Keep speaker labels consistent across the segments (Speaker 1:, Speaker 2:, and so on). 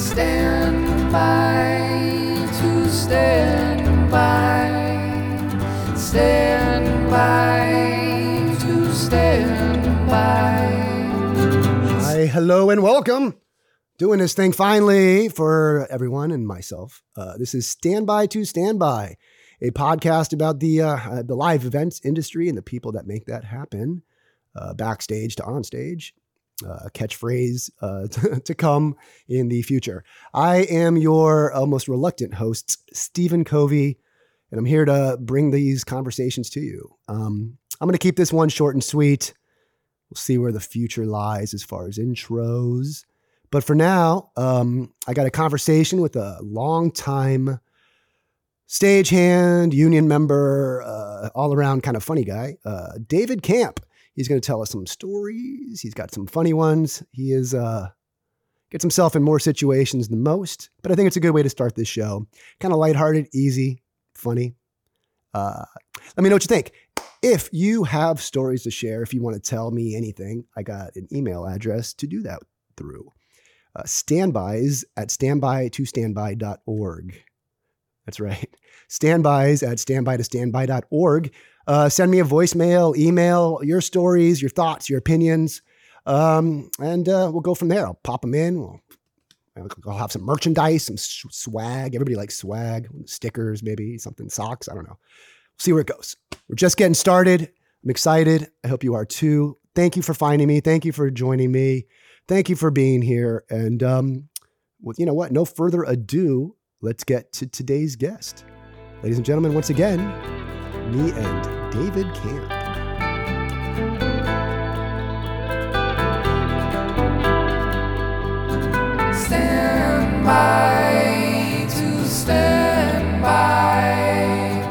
Speaker 1: stand by, to stand by, stand by, to stand by.
Speaker 2: Hi, hello, and welcome. Doing this thing finally for everyone and myself. Uh, this is Standby to Standby, a podcast about the uh, uh, the live events industry and the people that make that happen, uh, backstage to onstage. Uh, a catchphrase uh, to come in the future. I am your almost reluctant host, Stephen Covey, and I'm here to bring these conversations to you. Um, I'm going to keep this one short and sweet. We'll see where the future lies as far as intros. But for now, um, I got a conversation with a longtime stagehand, union member, uh, all around kind of funny guy, uh, David Camp. He's going to tell us some stories. He's got some funny ones. He is uh, gets himself in more situations than most, but I think it's a good way to start this show. Kind of lighthearted, easy, funny. Uh, let me know what you think. If you have stories to share, if you want to tell me anything, I got an email address to do that through. Uh, standbys at standby2standby.org. That's right. Standbys at standby2standby.org. Uh, send me a voicemail, email, your stories, your thoughts, your opinions, um, and uh, we'll go from there. I'll pop them in. We'll, I'll have some merchandise, some s- swag. Everybody likes swag, stickers, maybe something, socks. I don't know. See where it goes. We're just getting started. I'm excited. I hope you are too. Thank you for finding me. Thank you for joining me. Thank you for being here. And um, with you know what, no further ado, let's get to today's guest, ladies and gentlemen. Once again, me and David Camp.
Speaker 1: Stand by, to stand by,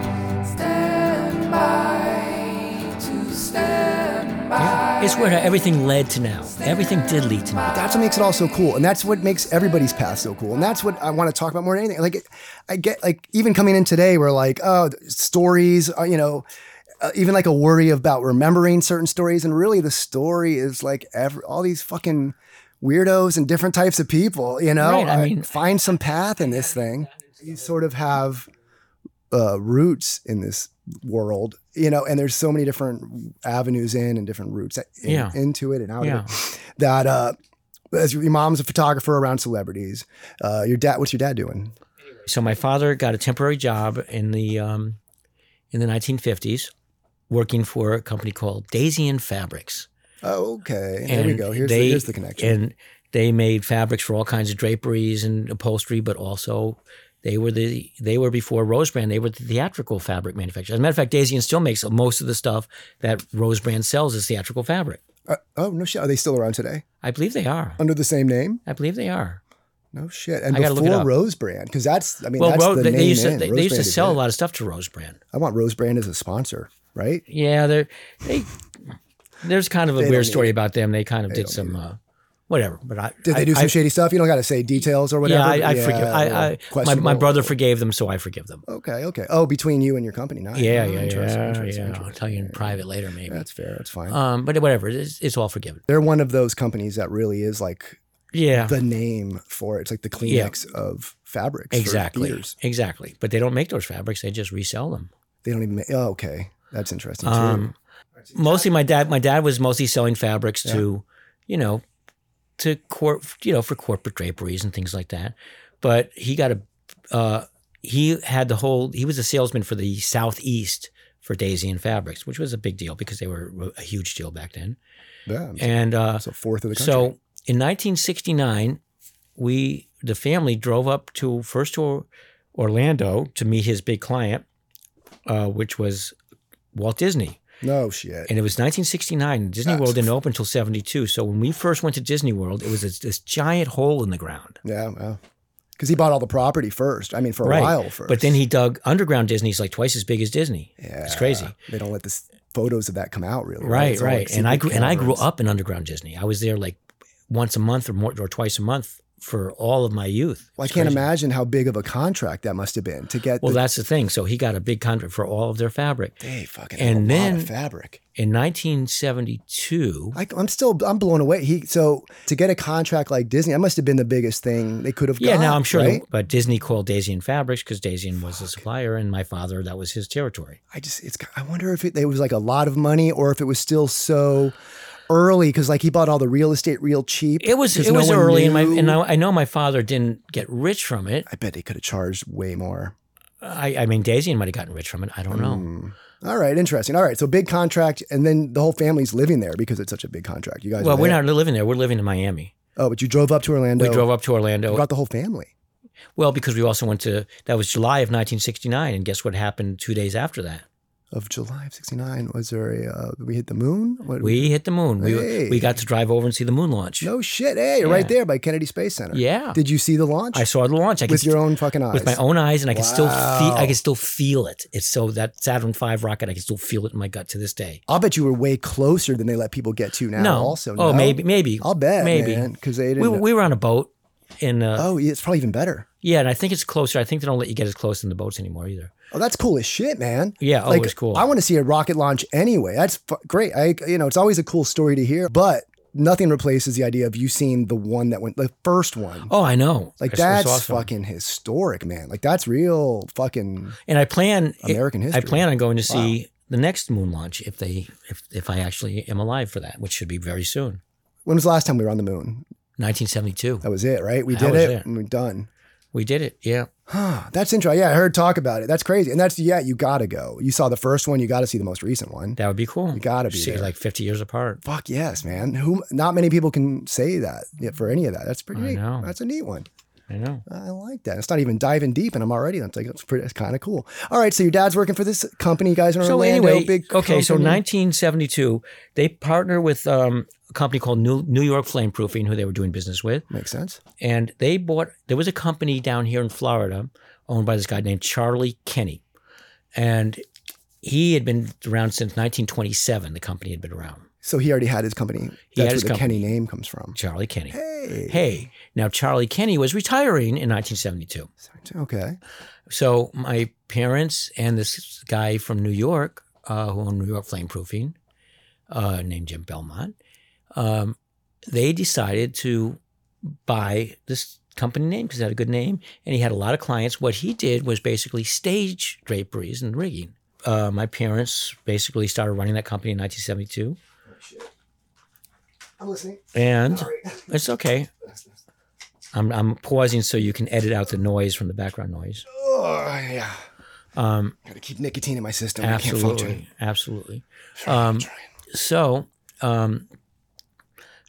Speaker 1: stand by, to stand by.
Speaker 3: It's where everything led to now. Everything did lead to now.
Speaker 2: That's what makes it all so cool, and that's what makes everybody's past so cool, and that's what I want to talk about more than anything. Like, I get like even coming in today, we're like, oh, stories, uh, you know. Uh, even like a worry about remembering certain stories, and really the story is like every, all these fucking weirdos and different types of people. You know,
Speaker 3: Right, I mean-
Speaker 2: find some path in this thing. You sort of have uh, roots in this world, you know, and there's so many different avenues in and different routes that- in-
Speaker 3: Yeah.
Speaker 2: into it and out
Speaker 3: Yeah.
Speaker 2: of it. That uh, as your your mom's a photographer around celebrities. Uh, your dad, what's your dad doing?
Speaker 3: So my father got a temporary job in the um, in the 1950s, working for a company called Daisy and Fabrics.
Speaker 2: Oh, okay. there we
Speaker 3: And
Speaker 2: go. Here's,
Speaker 3: they-
Speaker 2: the, here's the connection.
Speaker 3: And they made fabrics for all kinds of draperies and upholstery, but also they were the they were before Rosebrand. They were the theatrical fabric manufacturer. As a matter of fact, Daisy and still makes most of the stuff that Rosebrand sells as theatrical fabric.
Speaker 2: Uh, oh no shit! Are they still around today
Speaker 3: I believe they are.
Speaker 2: under the same name?
Speaker 3: I believe they are.
Speaker 2: No shit. And
Speaker 3: I gotta
Speaker 2: before
Speaker 3: look it up.
Speaker 2: Rosebrand, because that's I mean
Speaker 3: Well,
Speaker 2: that's
Speaker 3: Ro-
Speaker 2: the
Speaker 3: they,
Speaker 2: name.
Speaker 3: they used to,
Speaker 2: in.
Speaker 3: they, they used
Speaker 2: Rosebrand
Speaker 3: to
Speaker 2: is
Speaker 3: sell
Speaker 2: it.
Speaker 3: a lot of stuff to Rosebrand.
Speaker 2: I want Rosebrand as a sponsor, right?
Speaker 3: Yeah, they're they. There's kind of a
Speaker 2: They don't
Speaker 3: weird
Speaker 2: need
Speaker 3: story
Speaker 2: it.
Speaker 3: about them. They kind of did
Speaker 2: don't
Speaker 3: some, uh, whatever. But I
Speaker 2: Did they
Speaker 3: I-
Speaker 2: do some
Speaker 3: I-
Speaker 2: shady stuff? You don't got to say details or whatever.
Speaker 3: Yeah, I,
Speaker 2: but
Speaker 3: I forgive.
Speaker 2: yeah,
Speaker 3: I, I my, my
Speaker 2: questionable.
Speaker 3: brother forgave them, so I forgive them.
Speaker 2: Okay, okay. Oh, between you and your company, not
Speaker 3: Yeah,
Speaker 2: oh,
Speaker 3: yeah, yeah,
Speaker 2: interesting, interesting,
Speaker 3: yeah. I'll
Speaker 2: interesting.
Speaker 3: tell you in private later, maybe.
Speaker 2: That's fair. That's fine.
Speaker 3: um, but whatever, it's, it's all forgiven.
Speaker 2: They're one of those companies that really is like
Speaker 3: Yeah,
Speaker 2: the name for it. It's like the
Speaker 3: Uh-huh. Yeah.
Speaker 2: Kleenex of fabrics. for
Speaker 3: exactly,
Speaker 2: theaters.
Speaker 3: exactly. But they don't make those fabrics; they just resell them.
Speaker 2: They don't even. Make, oh, okay. That's interesting too.
Speaker 3: Um, mostly my dad. My dad was mostly selling fabrics to, you know, to corp, you know, for corporate draperies and things like that. But he got a, uh, he had the whole. He was a salesman for the southeast for Daisy and Fabrics, which was a big deal because they were a huge deal back then.
Speaker 2: yeah.
Speaker 3: And uh,
Speaker 2: So fourth of the country.
Speaker 3: so in 1969, we the family drove up to first to Or- Orlando to meet his big client, uh, which was Walt Disney.
Speaker 2: no shit.
Speaker 3: And it was 1969. Disney
Speaker 2: That's-
Speaker 3: World didn't open until 72. So when we first went to Disney World, it was this, this giant hole in the ground.
Speaker 2: Yeah. Because he bought all the property first. I mean, for a
Speaker 3: Right.
Speaker 2: while first.
Speaker 3: But then he dug underground Disney's like twice as big as Disney.
Speaker 2: Yeah.
Speaker 3: It's crazy.
Speaker 2: They don't let the s- photos of that come out really.
Speaker 3: Right,
Speaker 2: It's all, like,
Speaker 3: right. And I
Speaker 2: secret
Speaker 3: grew and I grew
Speaker 2: cameras.
Speaker 3: up in underground Disney. I was there like once a month or more or twice a month for all of my youth.
Speaker 2: Well, I
Speaker 3: It's
Speaker 2: can't
Speaker 3: crazy.
Speaker 2: imagine how big of a contract that must have been to get.
Speaker 3: Well,
Speaker 2: the,
Speaker 3: that's the thing. So he got a big contract for all of their fabric.
Speaker 2: they fucking
Speaker 3: and
Speaker 2: and then
Speaker 3: then-
Speaker 2: fabric.
Speaker 3: In 1972,
Speaker 2: I, I'm still I'm blown away. He so to get a contract like Disney, that must have been the biggest thing they could have.
Speaker 3: yeah,
Speaker 2: got,
Speaker 3: now I'm sure,
Speaker 2: Right?
Speaker 3: but Disney called Daisian Fabrics because Daisian was the supplier, and my father, that was his territory.
Speaker 2: I just it's I wonder if it, it was like a lot of money or if it was still so early because like he bought all the real estate real cheap.
Speaker 3: It was
Speaker 2: 'cause
Speaker 3: it
Speaker 2: no
Speaker 3: was
Speaker 2: one
Speaker 3: early, in my,
Speaker 2: knew.
Speaker 3: and I, I know my father didn't get rich from it.
Speaker 2: I bet he could have charged way more.
Speaker 3: I, I mean, Daisian might have gotten rich from it. I don't know.
Speaker 2: Mm. All right, interesting. All right, so big contract, and then the whole family's living there because it's such a big contract. You guys,
Speaker 3: Well,
Speaker 2: were
Speaker 3: we're
Speaker 2: there.
Speaker 3: not living there. We're living in Miami.
Speaker 2: Oh, but you drove up to Orlando.
Speaker 3: We drove up to
Speaker 2: You
Speaker 3: Orlando.
Speaker 2: brought the whole family.
Speaker 3: well, because we also went to that was July of 1969, and guess what happened two days after that?
Speaker 2: Of July of '69 was there a uh, we hit the moon? What,
Speaker 3: We hit the moon.
Speaker 2: Hey.
Speaker 3: We we got to drive over and see the moon launch.
Speaker 2: no shit. Hey, right
Speaker 3: Yeah.
Speaker 2: there by Kennedy Space Center.
Speaker 3: Yeah,
Speaker 2: Did you see the launch
Speaker 3: Uh, I saw the launch. I could
Speaker 2: with your
Speaker 3: st-
Speaker 2: own fucking eyes?
Speaker 3: with my own eyes, and I can still feel.
Speaker 2: Wow.
Speaker 3: I can still feel it. It's so that Saturn V rocket. I can still feel it in my gut to this day.
Speaker 2: I'll bet you were way closer than they let people get to now.
Speaker 3: no,
Speaker 2: also.
Speaker 3: oh
Speaker 2: no?
Speaker 3: maybe maybe
Speaker 2: I'll bet.
Speaker 3: maybe
Speaker 2: because they didn't.
Speaker 3: we, we were on a boat in uh,
Speaker 2: oh, yeah, it's probably even better.
Speaker 3: yeah, and I think it's closer. I think they don't let you get as close in the boats anymore either.
Speaker 2: Oh, that's cool as shit, man.
Speaker 3: Yeah, oh,
Speaker 2: like,
Speaker 3: it was cool.
Speaker 2: I want to see a rocket launch anyway. That's fu- great. I, you know, it's always a cool story to hear, but nothing replaces the idea of you seeing the one that went, the first one.
Speaker 3: oh, I know.
Speaker 2: like
Speaker 3: It's- it's
Speaker 2: that's
Speaker 3: awesome.
Speaker 2: fucking historic, man. Like that's real fucking
Speaker 3: And I plan it-
Speaker 2: American history.
Speaker 3: I plan on going to see the next moon launch if they if if I actually am alive for that, which should be very soon.
Speaker 2: When was the last time we were on the moon?
Speaker 3: 1972.
Speaker 2: That was it, right? We
Speaker 3: I
Speaker 2: did
Speaker 3: was
Speaker 2: it
Speaker 3: there.
Speaker 2: and we're done.
Speaker 3: We did it. Yeah.
Speaker 2: Huh, that's interesting. Yeah, I heard talk about it. That's crazy. And that's yeah, you gotta go. You saw the first one. You gotta see the most recent one.
Speaker 3: That would be cool.
Speaker 2: You gotta be
Speaker 3: See,
Speaker 2: there.
Speaker 3: like 50 years apart.
Speaker 2: Fuck yes, man. Who? Not many people can say that yeah, for any of that. That's pretty
Speaker 3: I
Speaker 2: neat.
Speaker 3: know.
Speaker 2: That's a neat one.
Speaker 3: I know.
Speaker 2: I like that. It's not even diving deep, and I'm already. That's like that's pretty. It's kind of cool. All right, so your dad's working for this company. You guys are in
Speaker 3: So
Speaker 2: Orlando,
Speaker 3: anyway,
Speaker 2: big.
Speaker 3: okay. So
Speaker 2: company.
Speaker 3: 1972, they partner with um, a company called New, New York Flameproofing, who they were doing business with,
Speaker 2: makes sense.
Speaker 3: and they bought. There was a company down here in Florida owned by this guy named Charlie Kenny, and he had been around since 1927. The company had been around.
Speaker 2: So he already had his company.
Speaker 3: He
Speaker 2: that's
Speaker 3: had his
Speaker 2: where the
Speaker 3: company.
Speaker 2: Kenny name comes from.
Speaker 3: Charlie Kenny.
Speaker 2: Hey.
Speaker 3: Hey, now Charlie Kenny was retiring in 1972.
Speaker 2: Okay.
Speaker 3: So my parents and this guy from New York, uh, who owned New York Flameproofing, uh, named Jim Belmont, um, they decided to buy this company name because it had a good name, and he had a lot of clients. What he did was basically stage draperies and rigging. Uh, my parents basically started running that company in 1972,
Speaker 2: I'm listening.
Speaker 3: and it's okay. I'm, I'm pausing so you can edit out the noise from the background noise.
Speaker 2: Oh yeah.
Speaker 3: Um,
Speaker 2: Gotta keep nicotine in my system. I can't function.
Speaker 3: absolutely, absolutely. Um, so um,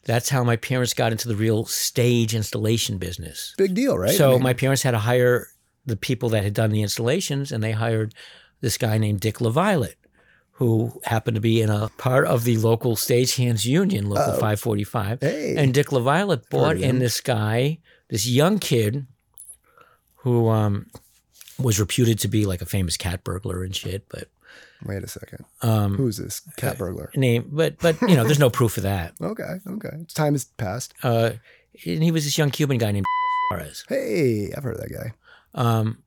Speaker 3: that's how my parents got into the real stage installation business.
Speaker 2: Big deal, right?
Speaker 3: So
Speaker 2: I mean,
Speaker 3: my parents had to hire the people that had done the installations, and they hired this guy named Dick LaViolette, who happened to be in a part of the local stagehands union, local
Speaker 2: Uh-oh.
Speaker 3: 545.
Speaker 2: Oh. hey.
Speaker 3: And Dick LaViolette bought
Speaker 2: of
Speaker 3: in
Speaker 2: him.
Speaker 3: this guy, this young kid, who um, was reputed to be like a famous cat burglar and shit, but
Speaker 2: wait a second.
Speaker 3: um,
Speaker 2: Who's this cat burglar?
Speaker 3: name, but but you know, there's no proof of that.
Speaker 2: Okay. Okay. Time has passed.
Speaker 3: Uh, and he was this young Cuban guy named Suarez.
Speaker 2: Hey, I've heard of that guy.
Speaker 3: Um,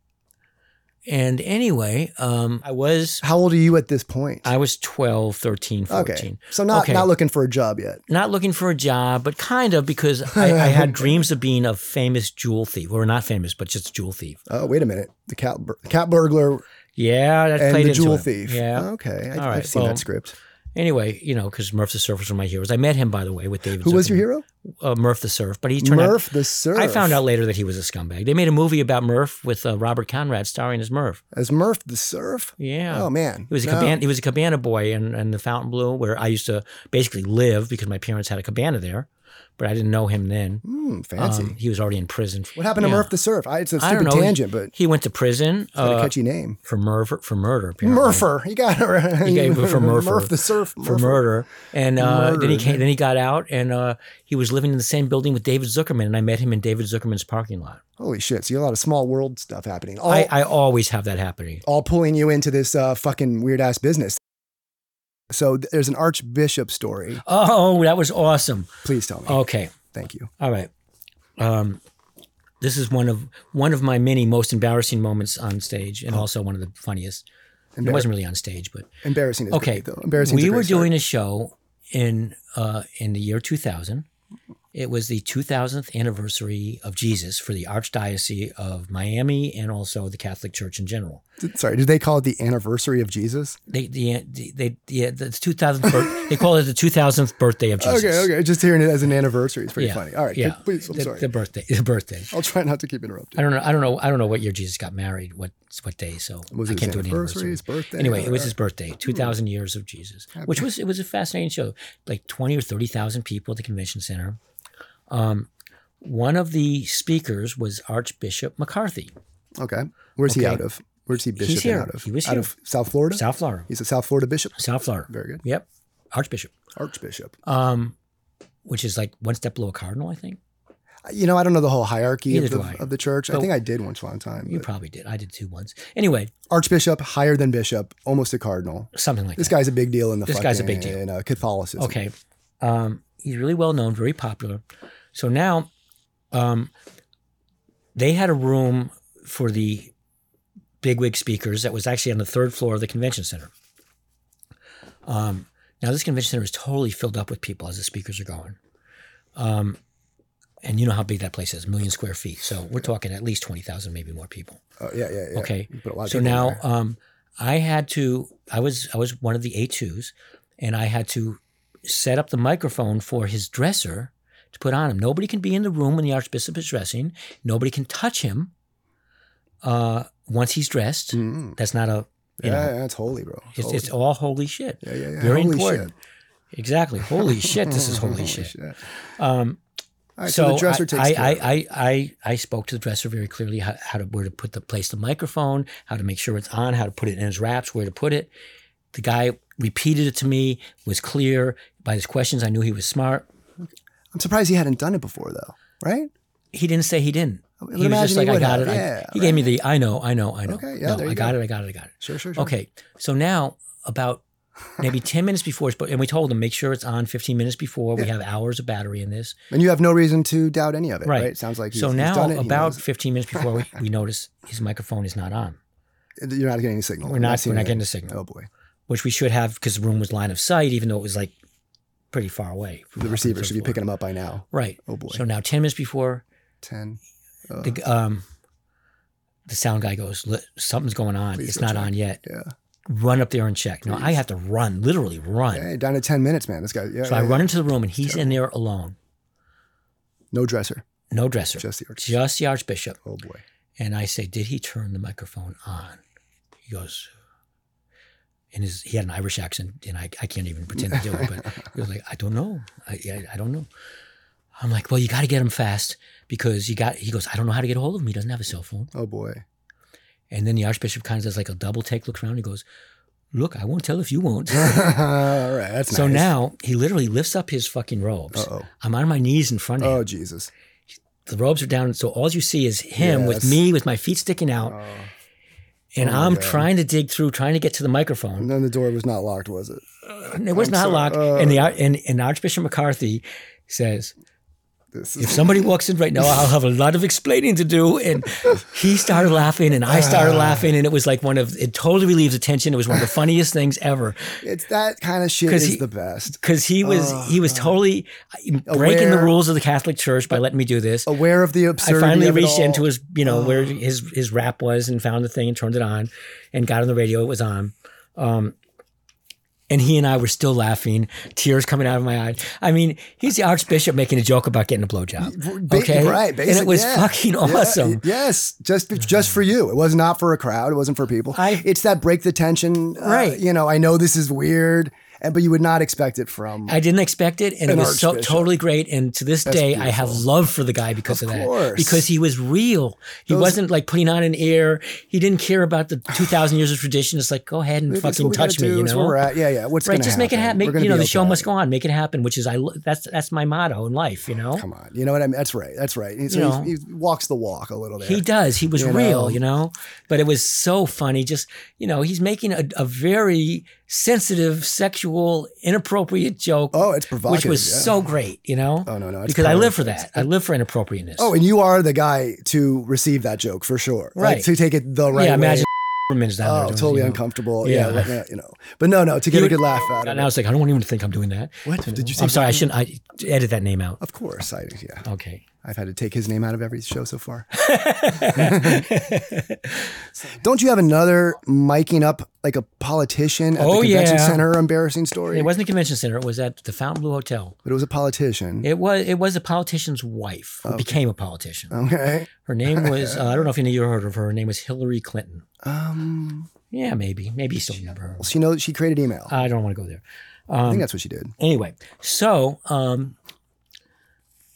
Speaker 3: and anyway, um, I was
Speaker 2: How old are you at this point?
Speaker 3: I was 12, 13, 14.
Speaker 2: okay. So not
Speaker 3: Okay.
Speaker 2: not looking for a job yet.
Speaker 3: Not looking for a job, but kind of because I, I had dreams of being a famous jewel thief, or not famous, but just a jewel thief.
Speaker 2: Oh, wait a minute. The cat bur- cat burglar
Speaker 3: Yeah, that
Speaker 2: and
Speaker 3: played
Speaker 2: the
Speaker 3: into
Speaker 2: jewel
Speaker 3: it.
Speaker 2: thief.
Speaker 3: Yeah.
Speaker 2: Okay. I,
Speaker 3: All
Speaker 2: I've
Speaker 3: right,
Speaker 2: seen
Speaker 3: well,
Speaker 2: that script.
Speaker 3: Anyway, you know, because Murph the Surfers were my heroes. I met him, by the way, with David.
Speaker 2: Who was your
Speaker 3: Zuckerman.
Speaker 2: hero?
Speaker 3: Uh, Murph the Surf, but he turned out uh,
Speaker 2: Murph the Surf.
Speaker 3: I found out later that he was a scumbag. They made a movie about Murph with uh, Robert Conrad starring as Murph.
Speaker 2: as Murph the Surf.
Speaker 3: Yeah.
Speaker 2: Oh man.
Speaker 3: He was a
Speaker 2: No.
Speaker 3: cabana. He was a cabana boy in, in the Fountain Blue, where I used to basically live because my parents had a cabana there, but I didn't know him then.
Speaker 2: Hmm, fancy.
Speaker 3: Um, he was already in prison.
Speaker 2: what happened to
Speaker 3: Yeah.
Speaker 2: Murph the Surf? I, it's a
Speaker 3: I don't
Speaker 2: stupid
Speaker 3: know.
Speaker 2: tangent, but
Speaker 3: He went to prison
Speaker 2: it's got a
Speaker 3: uh,
Speaker 2: catchy name.
Speaker 3: for murder. For murder. apparently.
Speaker 2: Murpher. You got it right.
Speaker 3: He gave it for Murpher.
Speaker 2: Murph the Surf.
Speaker 3: For
Speaker 2: Murpher.
Speaker 3: murder, and uh, then he
Speaker 2: Murdered.
Speaker 3: came, then he got out, and uh, he was living in the same building with David Zuckerman, and I met him in David Zuckerman's parking lot.
Speaker 2: Holy shit. See a lot of small world stuff happening. All,
Speaker 3: I, I always have that happening.
Speaker 2: all pulling you into this uh, fucking weird ass business. So th- there's an archbishop story.
Speaker 3: Oh, that was awesome.
Speaker 2: Please tell me.
Speaker 3: Okay,
Speaker 2: Thank you.
Speaker 3: All right. Um, This is one of one of my many most embarrassing moments on stage, and also one of the funniest. It wasn't really on stage, but
Speaker 2: Embarrassing. Is
Speaker 3: okay.
Speaker 2: Great, though. Embarrassing. is
Speaker 3: We
Speaker 2: a great
Speaker 3: were
Speaker 2: story.
Speaker 3: doing a show in uh, in the year 2000. It was the 2000th anniversary of Jesus for the Archdiocese of Miami and also the Catholic Church in general.
Speaker 2: Did- Sorry, did they call it the anniversary of Jesus?
Speaker 3: They the they yeah the 2000th birth, they call it the 2000th birthday of Jesus.
Speaker 2: Okay, okay. Just hearing it as an anniversary is pretty
Speaker 3: Yeah,
Speaker 2: funny. All right,
Speaker 3: yeah.
Speaker 2: good. please. I'm
Speaker 3: the,
Speaker 2: sorry.
Speaker 3: the birthday, the birthday.
Speaker 2: I'll try not to keep interrupting.
Speaker 3: I don't know. I don't know. I don't know what year Jesus got married. What what day? So
Speaker 2: Was
Speaker 3: I
Speaker 2: it
Speaker 3: can't
Speaker 2: his
Speaker 3: do an
Speaker 2: anniversary,
Speaker 3: anniversary.
Speaker 2: his birthday?
Speaker 3: Anyway, it was his birthday.
Speaker 2: Hmm.
Speaker 3: Two thousand years of Jesus, which was it was a fascinating show. Like twenty or thirty thousand people at the convention center. Um, one of the speakers was Archbishop McCarthy,
Speaker 2: Okay. Where's he
Speaker 3: Okay.
Speaker 2: out of? Where's he bishop
Speaker 3: here.
Speaker 2: out of?
Speaker 3: He was
Speaker 2: out
Speaker 3: here.
Speaker 2: of South Florida.
Speaker 3: South Florida.
Speaker 2: He's a South Florida bishop,
Speaker 3: South Florida.
Speaker 2: Very good.
Speaker 3: Yep, Archbishop,
Speaker 2: archbishop.
Speaker 3: um, which is like one step below a cardinal, I think.
Speaker 2: you know, I don't know the whole hierarchy of
Speaker 3: Neither
Speaker 2: the,
Speaker 3: do I.
Speaker 2: of the church. I
Speaker 3: But-
Speaker 2: think I did once upon a time.
Speaker 3: You
Speaker 2: but-
Speaker 3: probably did. I did two once. Anyway,
Speaker 2: archbishop, higher than bishop, almost a cardinal.
Speaker 3: something like
Speaker 2: This
Speaker 3: that.
Speaker 2: guy's a big deal in the
Speaker 3: This guy's a
Speaker 2: fucking-
Speaker 3: big deal.
Speaker 2: in uh, Catholicism.
Speaker 3: Okay. Um, he's really well known, very popular. So now um, they had a room for the bigwig speakers that was actually on the third floor of the convention center. Um, now, this convention center is totally filled up with people as the speakers are going. Um, and you know how big that place is, a million square feet. So we're talking at least 20,000, maybe more people.
Speaker 2: Oh, yeah, yeah, yeah.
Speaker 3: Okay.
Speaker 2: You put a lot of
Speaker 3: So
Speaker 2: people in
Speaker 3: now
Speaker 2: there.
Speaker 3: um, I had to. I was I was one of the A2s, and I had to set up the microphone for his dresser to put on him. Nobody can be in the room when the archbishop is dressing. Nobody can touch him uh, once he's dressed.
Speaker 2: Mm.
Speaker 3: That's not a
Speaker 2: yeah,
Speaker 3: you know.
Speaker 2: yeah, it's holy, bro.
Speaker 3: It's,
Speaker 2: holy.
Speaker 3: it's all holy shit.
Speaker 2: yeah, yeah, yeah.
Speaker 3: very
Speaker 2: holy
Speaker 3: important. Exactly. Holy shit. This is holy shit.
Speaker 2: All
Speaker 3: Um,
Speaker 2: right, so,
Speaker 3: so
Speaker 2: the dresser takes
Speaker 3: I,
Speaker 2: care
Speaker 3: I,
Speaker 2: of it.
Speaker 3: I, I, I spoke to the dresser very clearly how, how to where to put the place the microphone, how to make sure it's on, how to put it in his wraps, where to put it. The guy repeated it to me, was clear by his questions. I knew he was smart.
Speaker 2: I'm surprised he hadn't done it before, though. Right?
Speaker 3: He didn't say he didn't.
Speaker 2: would
Speaker 3: He was
Speaker 2: imagine
Speaker 3: just
Speaker 2: he
Speaker 3: like, I
Speaker 2: would
Speaker 3: got
Speaker 2: have.
Speaker 3: it. I-
Speaker 2: Yeah,
Speaker 3: he gave me the, I know, I know, I know.
Speaker 2: Okay, yeah,
Speaker 3: No,
Speaker 2: there you
Speaker 3: I got
Speaker 2: go.
Speaker 3: it, I got it, I got it.
Speaker 2: Sure, sure, sure.
Speaker 3: Okay, so now about maybe 10 minutes before, it's- and we told him, make sure it's on 15 minutes before. We have hours of battery in this.
Speaker 2: And you have no reason to doubt any of it, right?
Speaker 3: Right.
Speaker 2: Sounds like he's,
Speaker 3: so
Speaker 2: he's
Speaker 3: now,
Speaker 2: done it, he
Speaker 3: about
Speaker 2: knows
Speaker 3: 15 minutes before we, we notice his microphone is not on,
Speaker 2: it. you're not getting a signal.
Speaker 3: We're
Speaker 2: You're
Speaker 3: not- we're
Speaker 2: seeing
Speaker 3: not
Speaker 2: it.
Speaker 3: getting a signal.
Speaker 2: Oh boy,
Speaker 3: which we should have because the room was line of sight, even though it was like pretty far away. from
Speaker 2: the
Speaker 3: top
Speaker 2: receiver
Speaker 3: of
Speaker 2: should be
Speaker 3: floor.
Speaker 2: picking him up by now.
Speaker 3: Right.
Speaker 2: Oh boy,
Speaker 3: So now, 10 minutes before,
Speaker 2: ten.
Speaker 3: the, g-
Speaker 2: Uh.
Speaker 3: um, the sound guy goes, "Li- Something's going on.
Speaker 2: Please
Speaker 3: it's
Speaker 2: go
Speaker 3: not
Speaker 2: check."
Speaker 3: on yet.
Speaker 2: Yeah.
Speaker 3: Run up there and check. No, I have to run, literally run.
Speaker 2: Hey, down to ten minutes, man. This guy. Yeah.
Speaker 3: So I
Speaker 2: yeah,
Speaker 3: run
Speaker 2: yeah.
Speaker 3: into the room and he's in there alone,
Speaker 2: No dresser,
Speaker 3: no dresser,
Speaker 2: just the arch.
Speaker 3: just the archbishop.
Speaker 2: Oh boy.
Speaker 3: And I say, Did he turn the microphone on? He goes, and his, he had an Irish accent, and I, I can't even pretend to do it. But he was like, I don't know. I, I, I don't know. I'm like, Well, you got to get him fast because you got, he goes, I don't know how to get a hold of him. He doesn't have a cell phone.
Speaker 2: Oh boy.
Speaker 3: And then the Archbishop kind of does like a double take, looks around, and goes, Look, I won't tell if you won't.
Speaker 2: All right. That's
Speaker 3: so
Speaker 2: nice.
Speaker 3: now he literally lifts up his fucking robes.
Speaker 2: Uh oh.
Speaker 3: I'm on my knees in front of him.
Speaker 2: Oh Jesus.
Speaker 3: the robes are down, so all you see is him with
Speaker 2: Yes.
Speaker 3: me with my feet sticking out,
Speaker 2: Oh.
Speaker 3: and
Speaker 2: oh my
Speaker 3: I'm
Speaker 2: God.
Speaker 3: trying to dig through, trying to get to the
Speaker 2: And
Speaker 3: microphone.
Speaker 2: then the door was not locked, was it?
Speaker 3: And it was
Speaker 2: I'm
Speaker 3: not
Speaker 2: sorry.
Speaker 3: locked,
Speaker 2: Uh.
Speaker 3: and the ar- and, and Archbishop McCarthy says,
Speaker 2: This
Speaker 3: "If
Speaker 2: is.
Speaker 3: somebody walks in right now, I'll have a lot of explaining to do." And he started laughing, and I
Speaker 2: Ah.
Speaker 3: started laughing, and it was like one of it totally relieves the tension. It was one of the funniest things ever
Speaker 2: It's that kind of shit
Speaker 3: 'Cause
Speaker 2: is
Speaker 3: he-
Speaker 2: the best.
Speaker 3: because he was
Speaker 2: Oh,
Speaker 3: he was totally breaking the
Speaker 2: Aware.
Speaker 3: rules of the Catholic Church by letting me do this.
Speaker 2: Aware of the
Speaker 3: I
Speaker 2: absurdity.
Speaker 3: finally
Speaker 2: of it
Speaker 3: reached
Speaker 2: all. Oh.
Speaker 3: into his, you know, where his his rap was and found the thing and turned it on, and got on the radio. It was on, um, and he and I were still laughing, tears coming out of my eyes. I mean, he's the Archbishop making a joke about getting a blowjob.
Speaker 2: Ba-
Speaker 3: Okay,
Speaker 2: right,
Speaker 3: and it
Speaker 2: basic-
Speaker 3: was
Speaker 2: yeah.
Speaker 3: fucking
Speaker 2: Yeah,
Speaker 3: awesome.
Speaker 2: y- yes, just just for you. It was not for a crowd. It wasn't for people.
Speaker 3: I-
Speaker 2: it's that break the tension. uh,
Speaker 3: Right.
Speaker 2: You know, I know this is weird, and but you would not expect it from.
Speaker 3: I didn't expect it, and it
Speaker 2: An
Speaker 3: was so
Speaker 2: archbishop.
Speaker 3: totally great. And to this day, I have love for the guy because of, that.
Speaker 2: course.
Speaker 3: Because he was real. He wasn't like putting on an air. He didn't care about the two thousand years of tradition. It's like go ahead and
Speaker 2: This is
Speaker 3: fucking
Speaker 2: what we gotta
Speaker 3: touch me,
Speaker 2: do,
Speaker 3: you
Speaker 2: this is where
Speaker 3: know.
Speaker 2: we're at. Yeah, yeah. What's
Speaker 3: Right,
Speaker 2: gonna
Speaker 3: just make it
Speaker 2: happen?
Speaker 3: happen.
Speaker 2: We're
Speaker 3: Make,
Speaker 2: gonna
Speaker 3: you know,
Speaker 2: be
Speaker 3: the show
Speaker 2: okay.
Speaker 3: must go on. Make it happen, which is I. lo- That's that's my motto in life. You know,
Speaker 2: Come on, you know what I mean? That's right. That's right. He, so
Speaker 3: You know.
Speaker 2: he, he walks the walk a little bit.
Speaker 3: he does. He was
Speaker 2: You
Speaker 3: real,
Speaker 2: know.
Speaker 3: you know. But it was so funny. Just you know, he's making a, a very sensitive, sexual, inappropriate joke,
Speaker 2: Oh, it's provocative.
Speaker 3: which was
Speaker 2: yeah.
Speaker 3: so great, you know?
Speaker 2: Oh no, no, it's
Speaker 3: because I live for
Speaker 2: perfect.
Speaker 3: that. I live for inappropriateness.
Speaker 2: Oh, and you are the guy to receive that joke for sure. Like,
Speaker 3: Right.
Speaker 2: to take it the right
Speaker 3: yeah,
Speaker 2: way.
Speaker 3: imagine Down there
Speaker 2: Oh,
Speaker 3: doing it,
Speaker 2: totally
Speaker 3: you know?
Speaker 2: uncomfortable.
Speaker 3: Yeah.
Speaker 2: Yeah. right now, you know. But no, no, to get
Speaker 3: You
Speaker 2: a good
Speaker 3: would-
Speaker 2: laugh out of
Speaker 3: And I
Speaker 2: it.
Speaker 3: was like, I don't want anyone to think I'm doing that.
Speaker 2: What did you say?
Speaker 3: I'm sorry, I shouldn't. I edit that name out.
Speaker 2: Of course, I yeah.
Speaker 3: Okay.
Speaker 2: I've had to take his name out of every show so far. Don't you have another miking up like a politician at
Speaker 3: Oh,
Speaker 2: the convention
Speaker 3: yeah.
Speaker 2: center embarrassing story?
Speaker 3: It wasn't the convention center. It was at the Fountain Blue Hotel.
Speaker 2: but it was a politician.
Speaker 3: It was it was a politician's wife who became a politician.
Speaker 2: Oh. okay.
Speaker 3: Her name was uh, I don't know if any of you heard of her. Her name was Hillary Clinton.
Speaker 2: Um,
Speaker 3: Yeah, maybe maybe you still remember her.
Speaker 2: she knows she created email.
Speaker 3: I don't want to go there. Um,
Speaker 2: I think that's what she did.
Speaker 3: Anyway, so um,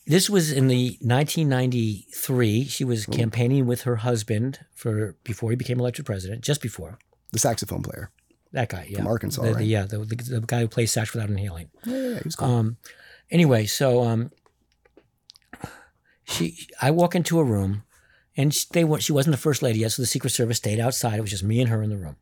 Speaker 3: this was in the 1993. She was campaigning with her husband for before he became elected president, just before.
Speaker 2: The saxophone player.
Speaker 3: That guy, yeah,
Speaker 2: Arkansas,
Speaker 3: The- the-
Speaker 2: right?
Speaker 3: yeah, the, the, the guy who plays sax without inhaling.
Speaker 2: Yeah, yeah, yeah, he was cool.
Speaker 3: Um, anyway, so um, she, I walk into a room, and she, they were, she wasn't the first lady yet, so the Secret Service stayed outside. It was just me and her in the room.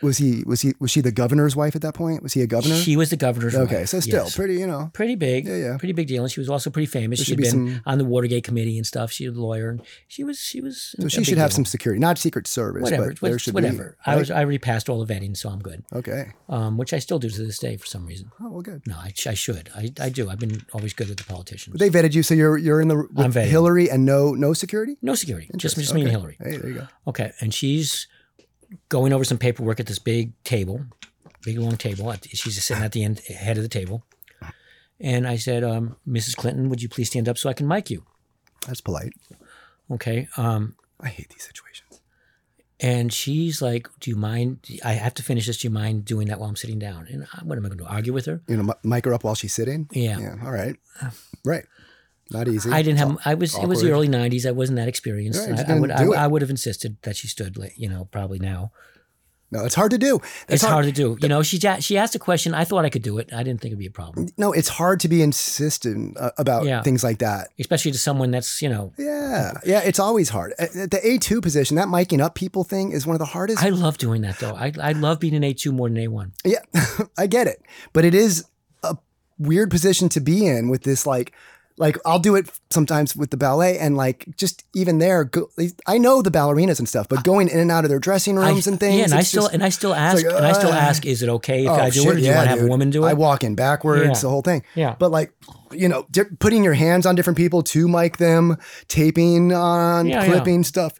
Speaker 2: was he? Was he? Was she the governor's wife at that point? Was he a governor?
Speaker 3: Um, She was the governor's.
Speaker 2: okay,
Speaker 3: wife,
Speaker 2: so still
Speaker 3: yes.
Speaker 2: pretty. You know,
Speaker 3: pretty big,
Speaker 2: Yeah, yeah.
Speaker 3: pretty big deal, and she was also pretty famous.
Speaker 2: There
Speaker 3: She
Speaker 2: should
Speaker 3: had
Speaker 2: be
Speaker 3: been
Speaker 2: some-
Speaker 3: on the Watergate committee and stuff. She was a lawyer, and she was she was.
Speaker 2: so
Speaker 3: a
Speaker 2: she
Speaker 3: big
Speaker 2: should have
Speaker 3: deal.
Speaker 2: some security, not Secret Service,
Speaker 3: whatever,
Speaker 2: but there
Speaker 3: what-
Speaker 2: should
Speaker 3: whatever.
Speaker 2: be.
Speaker 3: I
Speaker 2: right?
Speaker 3: was I already passed all the vetting, so I'm good.
Speaker 2: okay.
Speaker 3: Um, which I still do to this day for some reason.
Speaker 2: Oh well, good.
Speaker 3: No, I, I should. I, I do. I've been always good with the politicians.
Speaker 2: But they vetted you, so you're you're in the with
Speaker 3: I'm vetted.
Speaker 2: Hillary and no no security.
Speaker 3: no security, just just
Speaker 2: Interesting.
Speaker 3: me and
Speaker 2: Okay.
Speaker 3: Hillary.
Speaker 2: Hey, there you go.
Speaker 3: Okay, and she's going over some paperwork at this big table, big long table. She's just sitting at the end, head of the table. And I said, um, Mrs. Clinton, would you please stand up so I can mic you?
Speaker 2: That's polite.
Speaker 3: Okay. Um,
Speaker 2: I hate these situations.
Speaker 3: and she's like, Do you mind? I have to finish this. Do you mind doing that while I'm sitting down? And I, what am I going to do? Argue with her?
Speaker 2: You know, mi- mic her up while she's sitting.
Speaker 3: Yeah.
Speaker 2: Yeah. All right. Right. Not easy.
Speaker 3: I didn't have. I was. It was the
Speaker 2: awkward.
Speaker 3: early '90s. I wasn't that experienced.
Speaker 2: Right, you
Speaker 3: I, I
Speaker 2: didn't
Speaker 3: would. I,
Speaker 2: do it.
Speaker 3: I would have insisted that she stood. Like, you know, probably now.
Speaker 2: No, it's hard to do.
Speaker 3: it's hard, to do. You know, she ja- she asked a question. I thought I could do it. I didn't think it'd be a problem,
Speaker 2: No, it's hard to be insistent uh, about
Speaker 3: Yeah.
Speaker 2: things like that.
Speaker 3: especially to someone that's you know.
Speaker 2: Yeah. Yeah. It's always hard. Uh, The A two position, that miking up people thing, is one of the hardest.
Speaker 3: I love doing that though. I I love being an A two more than A one.
Speaker 2: Yeah, I get it, but it is a weird position to be in with this like. Like I'll do it sometimes with the ballet, and like just even there, go, I know the ballerinas and stuff, but going in and out of their dressing rooms and things.
Speaker 3: Yeah, and I
Speaker 2: it's
Speaker 3: still
Speaker 2: just-
Speaker 3: and I still ask
Speaker 2: like,
Speaker 3: and I still
Speaker 2: uh,
Speaker 3: ask, is it okay if
Speaker 2: oh,
Speaker 3: I do
Speaker 2: shit,
Speaker 3: it, or do you
Speaker 2: yeah,
Speaker 3: want to have a
Speaker 2: dude.
Speaker 3: woman do it?
Speaker 2: I walk in backwards,
Speaker 3: Yeah.
Speaker 2: the whole thing.
Speaker 3: Yeah.
Speaker 2: but like you know, di- putting your hands on different people to mic them, taping on,
Speaker 3: Yeah, yeah.
Speaker 2: clipping stuff.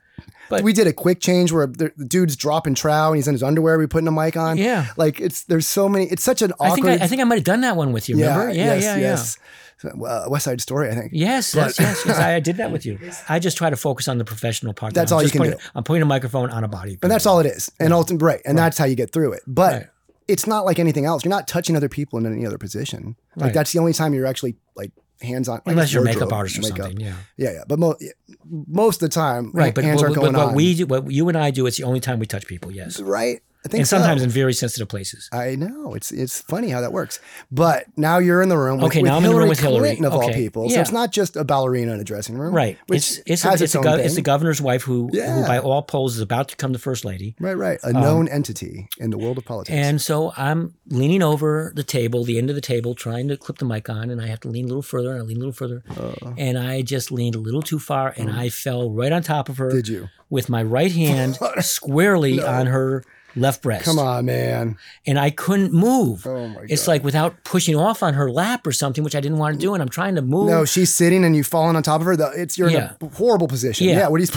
Speaker 3: But-
Speaker 2: we did a quick change where the the dude's dropping trow and he's in his underwear. We putting a mic on.
Speaker 3: Yeah.
Speaker 2: like it's there's so many. It's such an
Speaker 3: I think
Speaker 2: awkward.
Speaker 3: I, I think I might have done that one with you. Remember? Yeah,
Speaker 2: yes,
Speaker 3: yeah,
Speaker 2: yes. So, uh, West Side Story, I think.
Speaker 3: yeah. Yes, yes, yes, yes. I, I did that with you. I just try to focus on the professional part.
Speaker 2: That's
Speaker 3: I'm
Speaker 2: all you
Speaker 3: just
Speaker 2: can
Speaker 3: putting-
Speaker 2: do.
Speaker 3: I'm putting a microphone on a body.
Speaker 2: And that's all it is. And ultimately, right. And that's how you get through it. But
Speaker 3: Right.
Speaker 2: it's not like anything else. You're not touching other people in any other position. Like
Speaker 3: Right.
Speaker 2: that's the only time you're actually like hands on. like,
Speaker 3: unless you're a
Speaker 2: wardrobe,
Speaker 3: makeup artist or
Speaker 2: makeup.
Speaker 3: something. Yeah.
Speaker 2: Yeah, yeah. But mo- yeah, most of the time,
Speaker 3: Right, but
Speaker 2: hands
Speaker 3: what,
Speaker 2: aren't
Speaker 3: but
Speaker 2: going
Speaker 3: what
Speaker 2: on.
Speaker 3: we do, what you and I do, it's the only time we touch people. Yes,
Speaker 2: right. I think
Speaker 3: and sometimes
Speaker 2: so.
Speaker 3: in very sensitive places.
Speaker 2: I know it's it's funny how that works, but now you're in the room. With,
Speaker 3: Okay,
Speaker 2: with
Speaker 3: now I'm in the
Speaker 2: Hillary
Speaker 3: room with Hillary.
Speaker 2: Clinton of all
Speaker 3: Okay,
Speaker 2: people. So
Speaker 3: yeah.
Speaker 2: it's not just a ballerina in a dressing room,
Speaker 3: Right.
Speaker 2: Which
Speaker 3: it's it's a-
Speaker 2: has
Speaker 3: it's,
Speaker 2: its,
Speaker 3: a
Speaker 2: own
Speaker 3: gov-
Speaker 2: thing.
Speaker 3: it's the governor's wife who, who
Speaker 2: Yeah.
Speaker 3: by all polls is about to become the first lady.
Speaker 2: Right, right. A known entity in the world of politics.
Speaker 3: Um, And so I'm leaning over the table, the end of the table, trying to clip the mic on, and I have to lean a little further, and I lean a little further,
Speaker 2: Uh.
Speaker 3: and I just leaned a little too far, and I fell right on top of her.
Speaker 2: Oh. Did you?
Speaker 3: With my right hand squarely on her left breast,
Speaker 2: Come on, man.
Speaker 3: and I couldn't move.
Speaker 2: Oh my
Speaker 3: It's like without pushing off on her lap or something, which I didn't want to do, and I'm trying to move.
Speaker 2: No, she's sitting and you falling on top of her. The, it's you're in a horrible position.
Speaker 3: Yeah.
Speaker 2: Yeah. What he's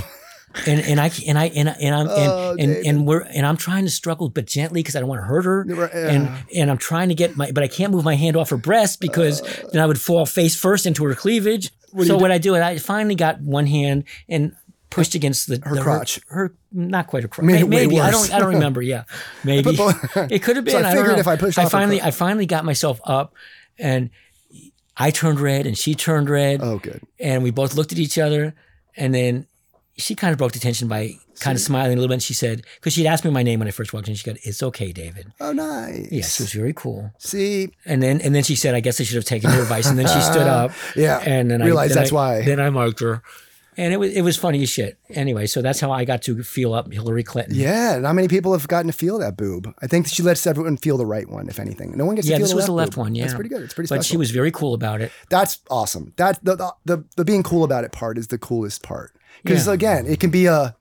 Speaker 3: and and I and I and I- and I'm and,
Speaker 2: Oh,
Speaker 3: and, and we're and I'm trying to struggle, but gently because I don't want to hurt her.
Speaker 2: Right,
Speaker 3: And
Speaker 2: yeah.
Speaker 3: and I'm trying to get my, but I can't move my hand off her breast because
Speaker 2: Uh.
Speaker 3: then I would fall face first into her cleavage. so what I do, and I finally got one hand and pushed against the her
Speaker 2: crotch.
Speaker 3: Her, not quite a crotch.
Speaker 2: Made
Speaker 3: Maybe,
Speaker 2: it way
Speaker 3: I
Speaker 2: worse.
Speaker 3: don't. I don't remember. Yeah, maybe
Speaker 2: both-
Speaker 3: it could have been.
Speaker 2: So I
Speaker 3: don't
Speaker 2: figured
Speaker 3: know.
Speaker 2: if I pushed off her
Speaker 3: finally,
Speaker 2: crotch-
Speaker 3: I finally got myself up, and I turned red, and she turned red
Speaker 2: oh good.
Speaker 3: and we both looked at each other and then she kind of broke the tension by kind of smiling a little bit and she said because she'd asked me my name when i first walked in she said it's okay david
Speaker 2: Oh nice.
Speaker 3: yes she was very cool
Speaker 2: See,
Speaker 3: and then and then she said i guess i should have taken your advice and then she stood up
Speaker 2: Yeah.
Speaker 3: and then
Speaker 2: Realized
Speaker 3: I, then
Speaker 2: that's
Speaker 3: I-
Speaker 2: why.
Speaker 3: then i marked her and it was it was funny as shit. Anyway, so that's how I got to feel up Hillary Clinton.
Speaker 2: Yeah, not many people have gotten to feel that boob. I think she lets everyone feel the right one, if anything. No one gets
Speaker 3: Yeah,
Speaker 2: to feel
Speaker 3: this
Speaker 2: the
Speaker 3: was
Speaker 2: left
Speaker 3: the left
Speaker 2: boob.
Speaker 3: one,
Speaker 2: That's
Speaker 3: yeah.
Speaker 2: pretty good. It's pretty
Speaker 3: But
Speaker 2: special.
Speaker 3: she was very cool about it.
Speaker 2: That's awesome. That the the, the, the being cool about it part is the coolest part. Because
Speaker 3: Yeah.
Speaker 2: again, it can be a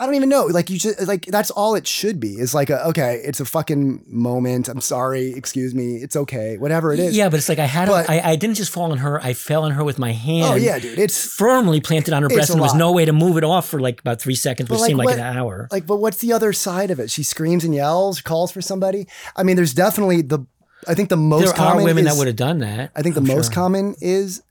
Speaker 2: I don't even know. Like you just like that's all it should be. It's like a okay, it's a fucking moment. I'm sorry, excuse me. It's okay. Whatever it is.
Speaker 3: Yeah, but it's like I had
Speaker 2: But-
Speaker 3: a, I, I didn't just fall on her. I fell on her with my hand.
Speaker 2: Oh yeah, dude. It's
Speaker 3: Firmly planted on her breast,
Speaker 2: a
Speaker 3: and there was
Speaker 2: lot.
Speaker 3: no way to move it off for like about three seconds, which
Speaker 2: like,
Speaker 3: seemed like
Speaker 2: what-
Speaker 3: an hour.
Speaker 2: like but what's the other side of it? She screams and yells, calls for somebody. I mean, there's definitely the I think the most
Speaker 3: there are
Speaker 2: common
Speaker 3: women
Speaker 2: is-
Speaker 3: that would have done that.
Speaker 2: I think the
Speaker 3: I'm
Speaker 2: most
Speaker 3: sure.
Speaker 2: common is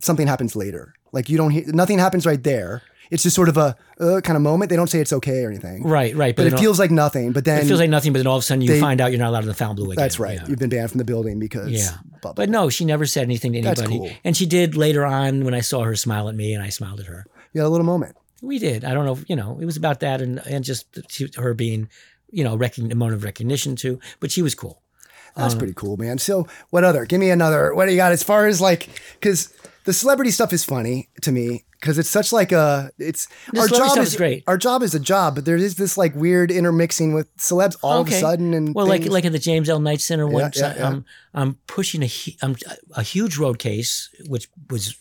Speaker 2: something happens later. Like you don't hear nothing happens right there. It's just sort of a uh, kind of moment. They don't say it's okay or anything,
Speaker 3: Right, right,
Speaker 2: but
Speaker 3: but,
Speaker 2: it feels like nothing. But then
Speaker 3: it feels like nothing. But then all of a sudden you
Speaker 2: they-
Speaker 3: find out you're not allowed in the foul blue again.
Speaker 2: that's right.
Speaker 3: Yeah.
Speaker 2: You've been banned from the building because
Speaker 3: Yeah.
Speaker 2: blah, blah.
Speaker 3: But no, she never said anything to
Speaker 2: That's
Speaker 3: anybody.
Speaker 2: cool.
Speaker 3: And she did later on when I saw her smile at me and I smiled at her.
Speaker 2: you had a little moment.
Speaker 3: We did. I don't know. if- You know, it was about that and and just she, her being, you know, recogn- a moment of recognition too. But she was cool. Uh-huh.
Speaker 2: That's pretty cool, man. So what other? Give me another. What do you got as far as like because the celebrity stuff is funny to me because it's such like a it's our
Speaker 3: celebrity
Speaker 2: job
Speaker 3: stuff
Speaker 2: is,
Speaker 3: is great.
Speaker 2: Our job is a job, but there is this like weird intermixing with celebs all of a
Speaker 3: Okay.
Speaker 2: sudden and
Speaker 3: Well,
Speaker 2: things.
Speaker 3: like like at the James L. Knight Center, one
Speaker 2: yeah,
Speaker 3: time,
Speaker 2: yeah.
Speaker 3: I'm I'm pushing a hu- I'm, a huge road case which was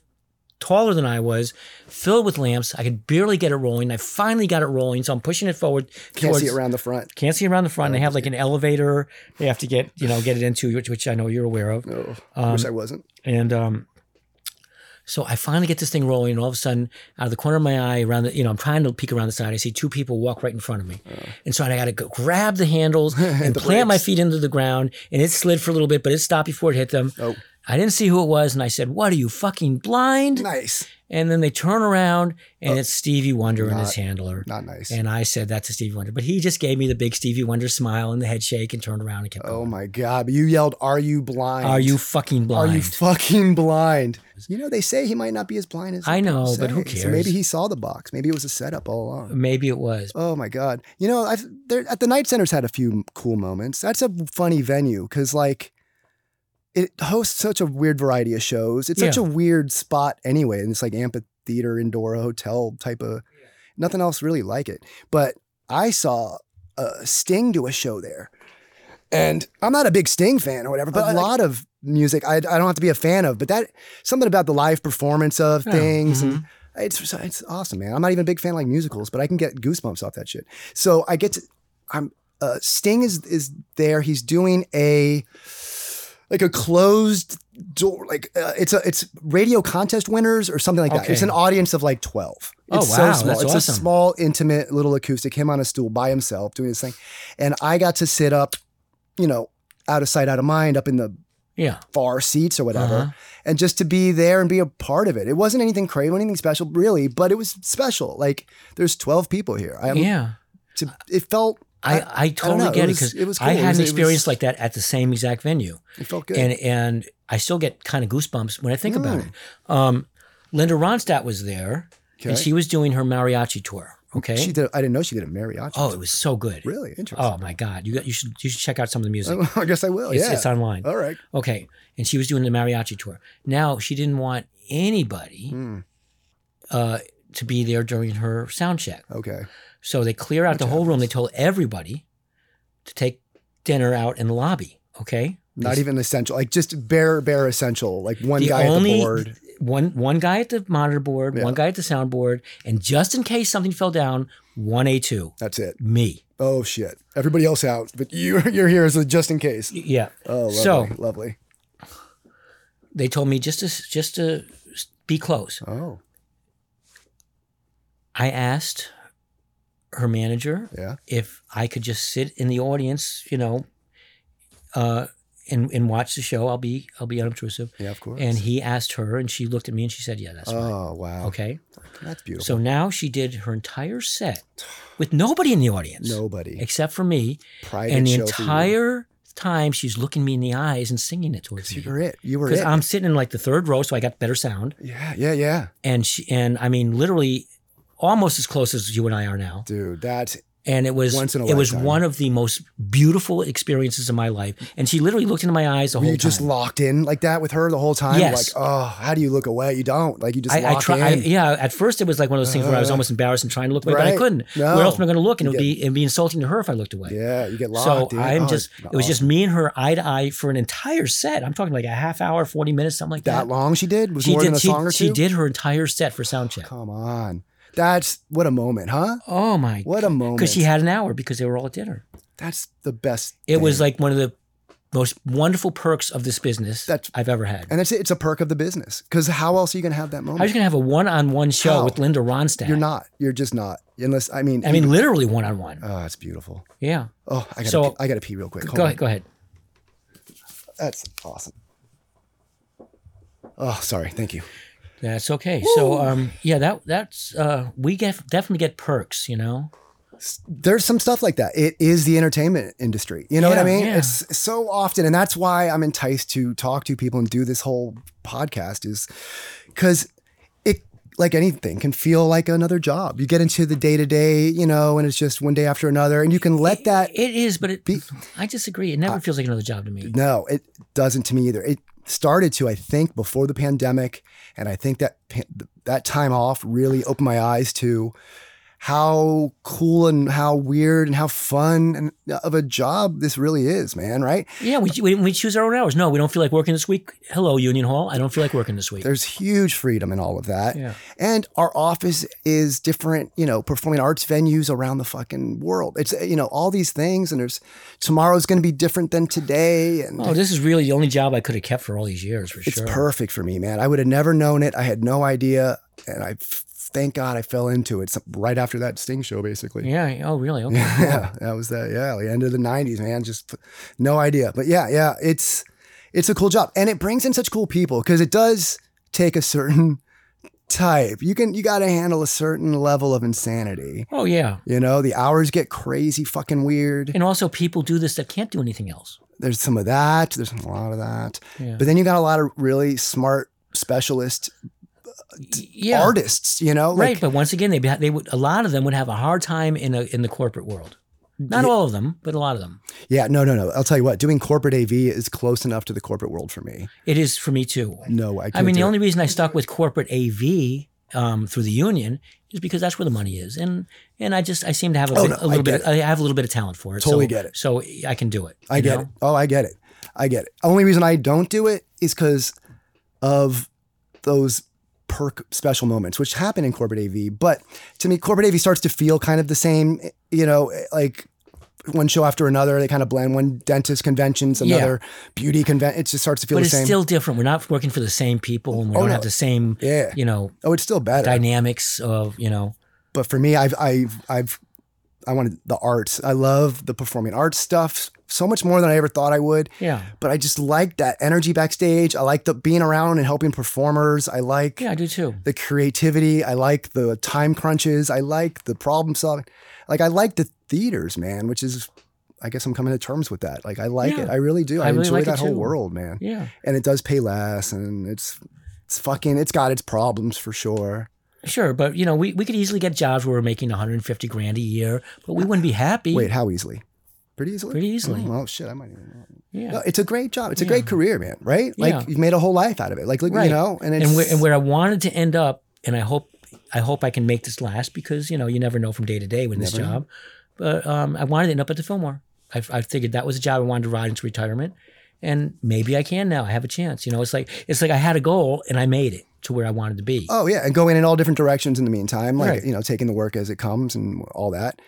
Speaker 3: taller than I was, filled with lamps. I could barely get it rolling. I finally got it rolling, so I'm pushing it forward.
Speaker 2: can't see
Speaker 3: towards-
Speaker 2: it around the front.
Speaker 3: Can't see around the front. They have like an elevator. They have to get you know get it into which, which I know you're aware of.
Speaker 2: Oh,
Speaker 3: Um,
Speaker 2: wish I wasn't.
Speaker 3: And um, so I finally get this thing rolling, and all of a sudden, out of the corner of my eye, around the, you know, I'm trying to peek around the side. I see two people walk right in front of me, and so I got to go grab the handles and plant my feet into the ground. And it slid for a little bit, but it stopped before it hit them.
Speaker 2: Oh.
Speaker 3: I didn't see who it was, and I said, "What are you fucking blind?"
Speaker 2: Nice.
Speaker 3: And then they turn around, and it's Stevie Wonder and his handler.
Speaker 2: Uh, Not nice.
Speaker 3: And I said that to Stevie Wonder, but he just gave me the big Stevie Wonder smile and the head shake and turned around and kept
Speaker 2: Oh
Speaker 3: going.
Speaker 2: my God. You yelled, Are you blind?
Speaker 3: Are you fucking
Speaker 2: Are
Speaker 3: blind?
Speaker 2: you fucking blind? You know, they say he might not be as blind as
Speaker 3: I know,
Speaker 2: people
Speaker 3: but who
Speaker 2: say. So
Speaker 3: cares? Um,
Speaker 2: maybe he saw the box. Maybe it was a setup all along.
Speaker 3: Maybe it was.
Speaker 2: Oh my God. You know, I've, there, at the Night Center's had a few cool moments. That's a funny venue because, like, it hosts such a weird variety of shows. It's such a
Speaker 3: Yeah.
Speaker 2: weird spot anyway. And it's like amphitheater, indoor hotel type of nothing else really like it. But I saw a Sting do a show there. And I'm not a big Sting fan or whatever, but a lot of music I, I don't have to be a fan of, but that something about the live performance of things and it's it's awesome, man. I'm not even a big fan of like musicals, but I can get goosebumps off that shit. So I get to I'm uh, Sting is is there. He's doing a like a closed door like uh, it's a it's radio contest winners or something like that.
Speaker 3: Okay.
Speaker 2: It's an audience of like 12. It's
Speaker 3: Oh,
Speaker 2: so
Speaker 3: wow,
Speaker 2: small.
Speaker 3: that's
Speaker 2: it's a
Speaker 3: awesome.
Speaker 2: small intimate little acoustic him on a stool by himself doing his thing. And I got to sit up, you know, out of sight out of mind up in the
Speaker 3: Yeah.
Speaker 2: far seats or whatever,
Speaker 3: Uh-huh.
Speaker 2: and just to be there and be a part of it. It wasn't anything crazy, anything special, really, but it was special. Like there's 12 people here. I'm,
Speaker 3: yeah.
Speaker 2: to, it felt
Speaker 3: I, I totally
Speaker 2: know. It
Speaker 3: get it
Speaker 2: was-
Speaker 3: because
Speaker 2: it was
Speaker 3: I
Speaker 2: cool. It
Speaker 3: had
Speaker 2: was-
Speaker 3: an
Speaker 2: it was-
Speaker 3: experience like that at the same exact venue,
Speaker 2: it felt good. Hmm.
Speaker 3: and and I still get kind of goosebumps when I think about it. Um, Linda Ronstadt was there, and
Speaker 2: Okay.
Speaker 3: she was doing her mariachi tour. Okay,
Speaker 2: she did. I didn't know she did a mariachi.
Speaker 3: oh, it was so good.
Speaker 2: really interesting.
Speaker 3: Oh my God, you got you should you should check out some of the music.
Speaker 2: I guess I will.
Speaker 3: it's,
Speaker 2: yeah. Uh,
Speaker 3: it's online.
Speaker 2: All right.
Speaker 3: Okay, and she was doing the mariachi tour. Now she didn't want anybody
Speaker 2: Mm,
Speaker 3: uh, to be there during her sound check.
Speaker 2: okay.
Speaker 3: So they clear out the whole room. They told everybody to take dinner out in the lobby. Okay.
Speaker 2: Not
Speaker 3: This-
Speaker 2: even essential. Like just bare, bare essential. Like one guy at the board.
Speaker 3: one one guy at the monitor board,
Speaker 2: Yeah.
Speaker 3: one guy at the soundboard, and just in case something fell down, one A two,
Speaker 2: That's it.
Speaker 3: me.
Speaker 2: Oh shit. Everybody else out, but you you're here as a just in case.
Speaker 3: Yeah.
Speaker 2: Oh, lovely.
Speaker 3: So-
Speaker 2: lovely.
Speaker 3: They told me just to just to be close.
Speaker 2: Oh
Speaker 3: I asked her manager
Speaker 2: yeah.
Speaker 3: if I could just sit in the audience, you know, uh, and and watch the show. I'll be I'll be unobtrusive.
Speaker 2: Yeah, of course.
Speaker 3: And he asked her, and she looked at me, and she said, "Yeah, that's fine."
Speaker 2: oh wow.
Speaker 3: Okay.
Speaker 2: That's beautiful.
Speaker 3: So now she did her entire set with nobody in the audience.
Speaker 2: Nobody.
Speaker 3: Except for me.
Speaker 2: Private
Speaker 3: and the
Speaker 2: show for you.
Speaker 3: entire time she's looking me in the eyes and singing it towards
Speaker 2: You were
Speaker 3: me.
Speaker 2: it. You were
Speaker 3: Because
Speaker 2: it.
Speaker 3: I'm sitting in like the third row, so I got better sound.
Speaker 2: yeah, yeah, yeah.
Speaker 3: And she and I mean literally almost as close as you and I are now.
Speaker 2: Dude, that's
Speaker 3: and it was
Speaker 2: Once in a
Speaker 3: it was
Speaker 2: lifetime.
Speaker 3: one of the most beautiful experiences of my life. And she literally looked into my eyes the
Speaker 2: Were
Speaker 3: whole
Speaker 2: you just
Speaker 3: time.
Speaker 2: locked in like that with her the whole time?
Speaker 3: Yes.
Speaker 2: Like, oh, how do you look away? You don't. Like you just
Speaker 3: I, I
Speaker 2: lock
Speaker 3: try. I,
Speaker 2: in. Uh,
Speaker 3: yeah, at first it was like one of those things where I was almost embarrassed and trying to look away, but I
Speaker 2: Right. Oh.
Speaker 3: couldn't.
Speaker 2: No.
Speaker 3: Where else am I going to look? And it would be it'd be insulting to her if I looked away.
Speaker 2: yeah, you get
Speaker 3: So
Speaker 2: locked in.
Speaker 3: I'm
Speaker 2: Oh,
Speaker 3: just, it was just me and her eye to eye for an entire set. I'm talking like a half hour, 40 minutes, something like that.
Speaker 2: that long she did was
Speaker 3: She
Speaker 2: more
Speaker 3: did,
Speaker 2: than a
Speaker 3: she,
Speaker 2: song or
Speaker 3: she
Speaker 2: two. Oh,
Speaker 3: did her entire set for sound check.
Speaker 2: Come on. That's what a moment, huh?
Speaker 3: Oh my.
Speaker 2: What a moment.
Speaker 3: Because she had an hour because they were all at dinner.
Speaker 2: That's the best.
Speaker 3: It was
Speaker 2: thing.
Speaker 3: like one of the most wonderful perks of this business
Speaker 2: That's-
Speaker 3: I've ever had.
Speaker 2: and that's it. It's a perk of the business. Because how else are you gonna have that
Speaker 3: I was
Speaker 2: moment?
Speaker 3: going to have a one on one show
Speaker 2: How?
Speaker 3: with Linda Ronstadt.
Speaker 2: You're not. You're just not. Unless I mean.
Speaker 3: I mean, literally one on one.
Speaker 2: Oh, it's beautiful.
Speaker 3: Yeah.
Speaker 2: Oh, I gotta.
Speaker 3: So-
Speaker 2: pee, I gotta pee real quick. Hold
Speaker 3: Go
Speaker 2: on.
Speaker 3: ahead. Go ahead.
Speaker 2: That's awesome. Oh, sorry. Thank you.
Speaker 3: That's okay. So, um, yeah, that that's uh, we get definitely get perks, you know.
Speaker 2: there's some stuff like that. It is the entertainment industry. You know what I
Speaker 3: Yeah,
Speaker 2: mean?
Speaker 3: yeah.
Speaker 2: It's so often, and that's why I'm enticed to talk to people and do this whole podcast is because it, like anything, can feel like another job. You get into the day to day, you know, and it's just one day after another, and you can let that.
Speaker 3: It is, but it,
Speaker 2: Be-
Speaker 3: I disagree. It never feels like another job to me.
Speaker 2: No, it doesn't to me either. It started to, I think, before the pandemic, and I think that pa- that time off really opened my eyes to how cool and how weird and how fun and uh, of a job this really is, man. Right?
Speaker 3: Yeah, we, we, we choose our own hours. No, we don't feel like working this week. Hello, Union Hall. I don't feel like working this week.
Speaker 2: There's huge freedom in all of that.
Speaker 3: Yeah.
Speaker 2: And our office is different, you know, performing arts venues around the fucking world. It's, uh, you know, all these things. And there's tomorrow's going to be different than today. And
Speaker 3: Oh, this is really the only job I could have kept for all these years, for
Speaker 2: It's
Speaker 3: sure.
Speaker 2: perfect for me, man. I would have never known it. I had no idea, and I thank God I fell into it some- right after that Sting show, basically.
Speaker 3: yeah. Oh, really? Okay.
Speaker 2: Yeah, that was the yeah the end of the '90s, man. Just no idea, but yeah, yeah, it's it's a cool job, and it brings in such cool people because it does take a certain type. You can you got to handle a certain level of insanity.
Speaker 3: Oh, yeah.
Speaker 2: You know, the hours get crazy, fucking weird.
Speaker 3: And also, people do this that can't do anything else.
Speaker 2: There's some of that. There's a lot of that,
Speaker 3: Yeah.
Speaker 2: but then you got a lot of really smart specialists
Speaker 3: yeah.
Speaker 2: artists, you know?
Speaker 3: right.
Speaker 2: Like,
Speaker 3: but once again, they they would a lot of them would have a hard time in a, in the corporate world. Not all of them, but a lot of them.
Speaker 2: yeah, no, no, no. I'll tell you what, doing corporate AV is close enough to the corporate world for me.
Speaker 3: It is for me too.
Speaker 2: No, I
Speaker 3: I
Speaker 2: can't.
Speaker 3: mean, the
Speaker 2: do it.
Speaker 3: only reason I stuck with corporate AV um, through the union is because that's where the money is, and and I just I seem to have a,
Speaker 2: Oh,
Speaker 3: bit,
Speaker 2: no,
Speaker 3: a little
Speaker 2: I get
Speaker 3: bit I have a little bit of talent for it.
Speaker 2: Totally
Speaker 3: so,
Speaker 2: get it.
Speaker 3: So I can do it.
Speaker 2: I
Speaker 3: you
Speaker 2: get
Speaker 3: know?
Speaker 2: it. Oh, I get it. I get it. Only reason I don't do it is because of those perk special moments, which happen in corporate AV. But to me, corporate AV starts to feel kind of the same, eh, you know, like one show after another, they kind of blend one dentist conventions,
Speaker 3: Yeah.
Speaker 2: another beauty convention. It just starts to feel
Speaker 3: But
Speaker 2: the
Speaker 3: it's
Speaker 2: same.
Speaker 3: still different. We're not working for the same people, and we
Speaker 2: Oh,
Speaker 3: don't
Speaker 2: no.
Speaker 3: have the same
Speaker 2: yeah.
Speaker 3: you know
Speaker 2: Oh, it's still better.
Speaker 3: dynamics of you know.
Speaker 2: but for me, I've I've I've I wanted the arts. I love the performing arts stuff so much more than I ever thought I would.
Speaker 3: Yeah,
Speaker 2: But I just like that energy backstage. I like the being around and helping performers. I like
Speaker 3: yeah, I do too.
Speaker 2: the creativity. I like the time crunches. I like the problem solving. Like I like the theaters, man, which is I guess I'm coming to terms with that. Like I like
Speaker 3: Yeah.
Speaker 2: it. I really do.
Speaker 3: I
Speaker 2: I,
Speaker 3: really
Speaker 2: enjoy
Speaker 3: like it
Speaker 2: that whole
Speaker 3: too.
Speaker 2: world, man.
Speaker 3: Yeah,
Speaker 2: And it does pay less and it's it's fucking it's got its problems for sure.
Speaker 3: sure. But you know, we, we could easily get jobs where we're making 150 grand a year, but we wouldn't be happy.
Speaker 2: Wait, how easily? Pretty easily.
Speaker 3: E Pretty easily.
Speaker 2: Oh, well, shit, I might even know.
Speaker 3: yeah.
Speaker 2: No, it's a great job. It's a
Speaker 3: Yeah.
Speaker 2: great career, man. Right? Like
Speaker 3: Yeah.
Speaker 2: you've made a whole life out of it. Like look,
Speaker 3: Right.
Speaker 2: you know, and it's
Speaker 3: and where, and where I wanted to end up, and I hope I hope I can make this last because you know you never know from day to day with this
Speaker 2: Never know.
Speaker 3: job. But um, I wanted to end up at the Fillmore. I, I figured that was a job I wanted to ride into retirement, and maybe I can now. I have a chance. You know, it's like it's like I had a goal and I made it to where I wanted to be.
Speaker 2: oh yeah, and going in all different directions in the meantime. Like
Speaker 3: Right.
Speaker 2: you know, taking the work as it comes and all that.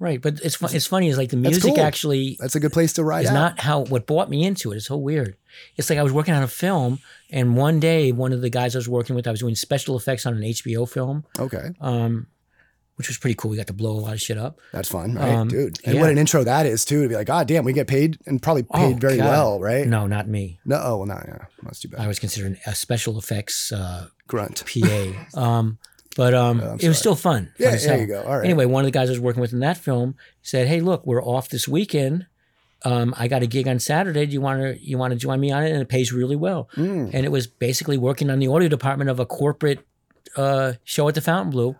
Speaker 3: Right, but it's fun, it's funny. Is like the music
Speaker 2: cool.
Speaker 3: actually
Speaker 2: That's a good place to ride
Speaker 3: is
Speaker 2: out.
Speaker 3: not how what brought me into it. It's so weird. It's like I was working on a film, and one day one of the guys I was working with, I was doing special effects on an HBO film,
Speaker 2: okay,
Speaker 3: um, which was pretty cool. We got to blow a lot of shit up.
Speaker 2: that's fun, right,
Speaker 3: Um,
Speaker 2: dude? And
Speaker 3: yeah.
Speaker 2: what an intro that is too. To be like, God damn, we get paid and probably paid
Speaker 3: Oh,
Speaker 2: very
Speaker 3: God.
Speaker 2: well, right?
Speaker 3: No, not me.
Speaker 2: No, oh well, not yeah, that's too bad.
Speaker 3: I was considered a special effects uh,
Speaker 2: Grunt.
Speaker 3: PA. um, but um,
Speaker 2: I'm
Speaker 3: it was
Speaker 2: sorry.
Speaker 3: still fun.
Speaker 2: Yeah,
Speaker 3: fun as
Speaker 2: there
Speaker 3: hell.
Speaker 2: you go. All right.
Speaker 3: Anyway, one of the guys I was working with in that film said, "Hey, look, we're off this weekend. Um, I got a gig on Saturday. Do you want to you want to join me on it? And it pays really well.
Speaker 2: Mm.
Speaker 3: And it was basically working on the audio department of a corporate uh, show at the Fontainebleau,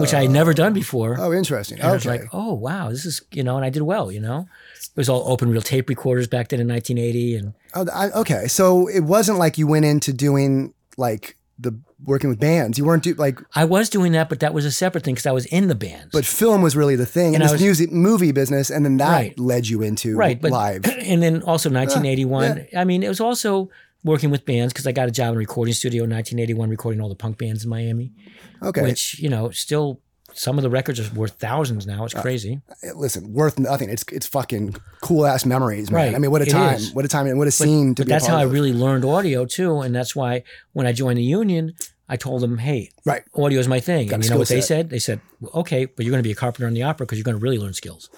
Speaker 3: which I had never done before.
Speaker 2: uh, Oh, interesting.
Speaker 3: And I was
Speaker 2: okay.
Speaker 3: like, oh wow, this is you know, and I did well, you know. It was all open reel tape recorders back then in 1980, and
Speaker 2: Oh, I, okay. So it wasn't like you went into doing like the working with bands. You weren't do, like,
Speaker 3: I was doing that, but that was a separate thing because I was in the bands.
Speaker 2: but film was really the thing,
Speaker 3: And
Speaker 2: and,
Speaker 3: I
Speaker 2: this
Speaker 3: was-
Speaker 2: music movie business, and then that
Speaker 3: Right.
Speaker 2: led you into
Speaker 3: right, but
Speaker 2: live.
Speaker 3: and then
Speaker 2: Ah,
Speaker 3: also 1981. I mean, it was also working with bands because I got a job in a recording studio in 1981, recording all the punk bands in Miami,
Speaker 2: Okay,
Speaker 3: which you know, still some of the records are worth thousands now.
Speaker 2: Ah.
Speaker 3: It's crazy.
Speaker 2: Uh, listen, worth nothing. It's it's fucking cool ass memories, man.
Speaker 3: Right.
Speaker 2: I mean, what a
Speaker 3: It
Speaker 2: time,
Speaker 3: is.
Speaker 2: what a time, and what a scene to
Speaker 3: but
Speaker 2: be. a
Speaker 3: that's
Speaker 2: part
Speaker 3: how I
Speaker 2: of.
Speaker 3: really learned audio too, and that's why when I joined the union, I told them, "Hey,
Speaker 2: Right.
Speaker 3: audio is my thing." And
Speaker 2: a
Speaker 3: you know what
Speaker 2: skill
Speaker 3: they
Speaker 2: set.
Speaker 3: said? They said, "Well, "Okay, but you're going to be a carpenter on the opera because you're going to really learn skills."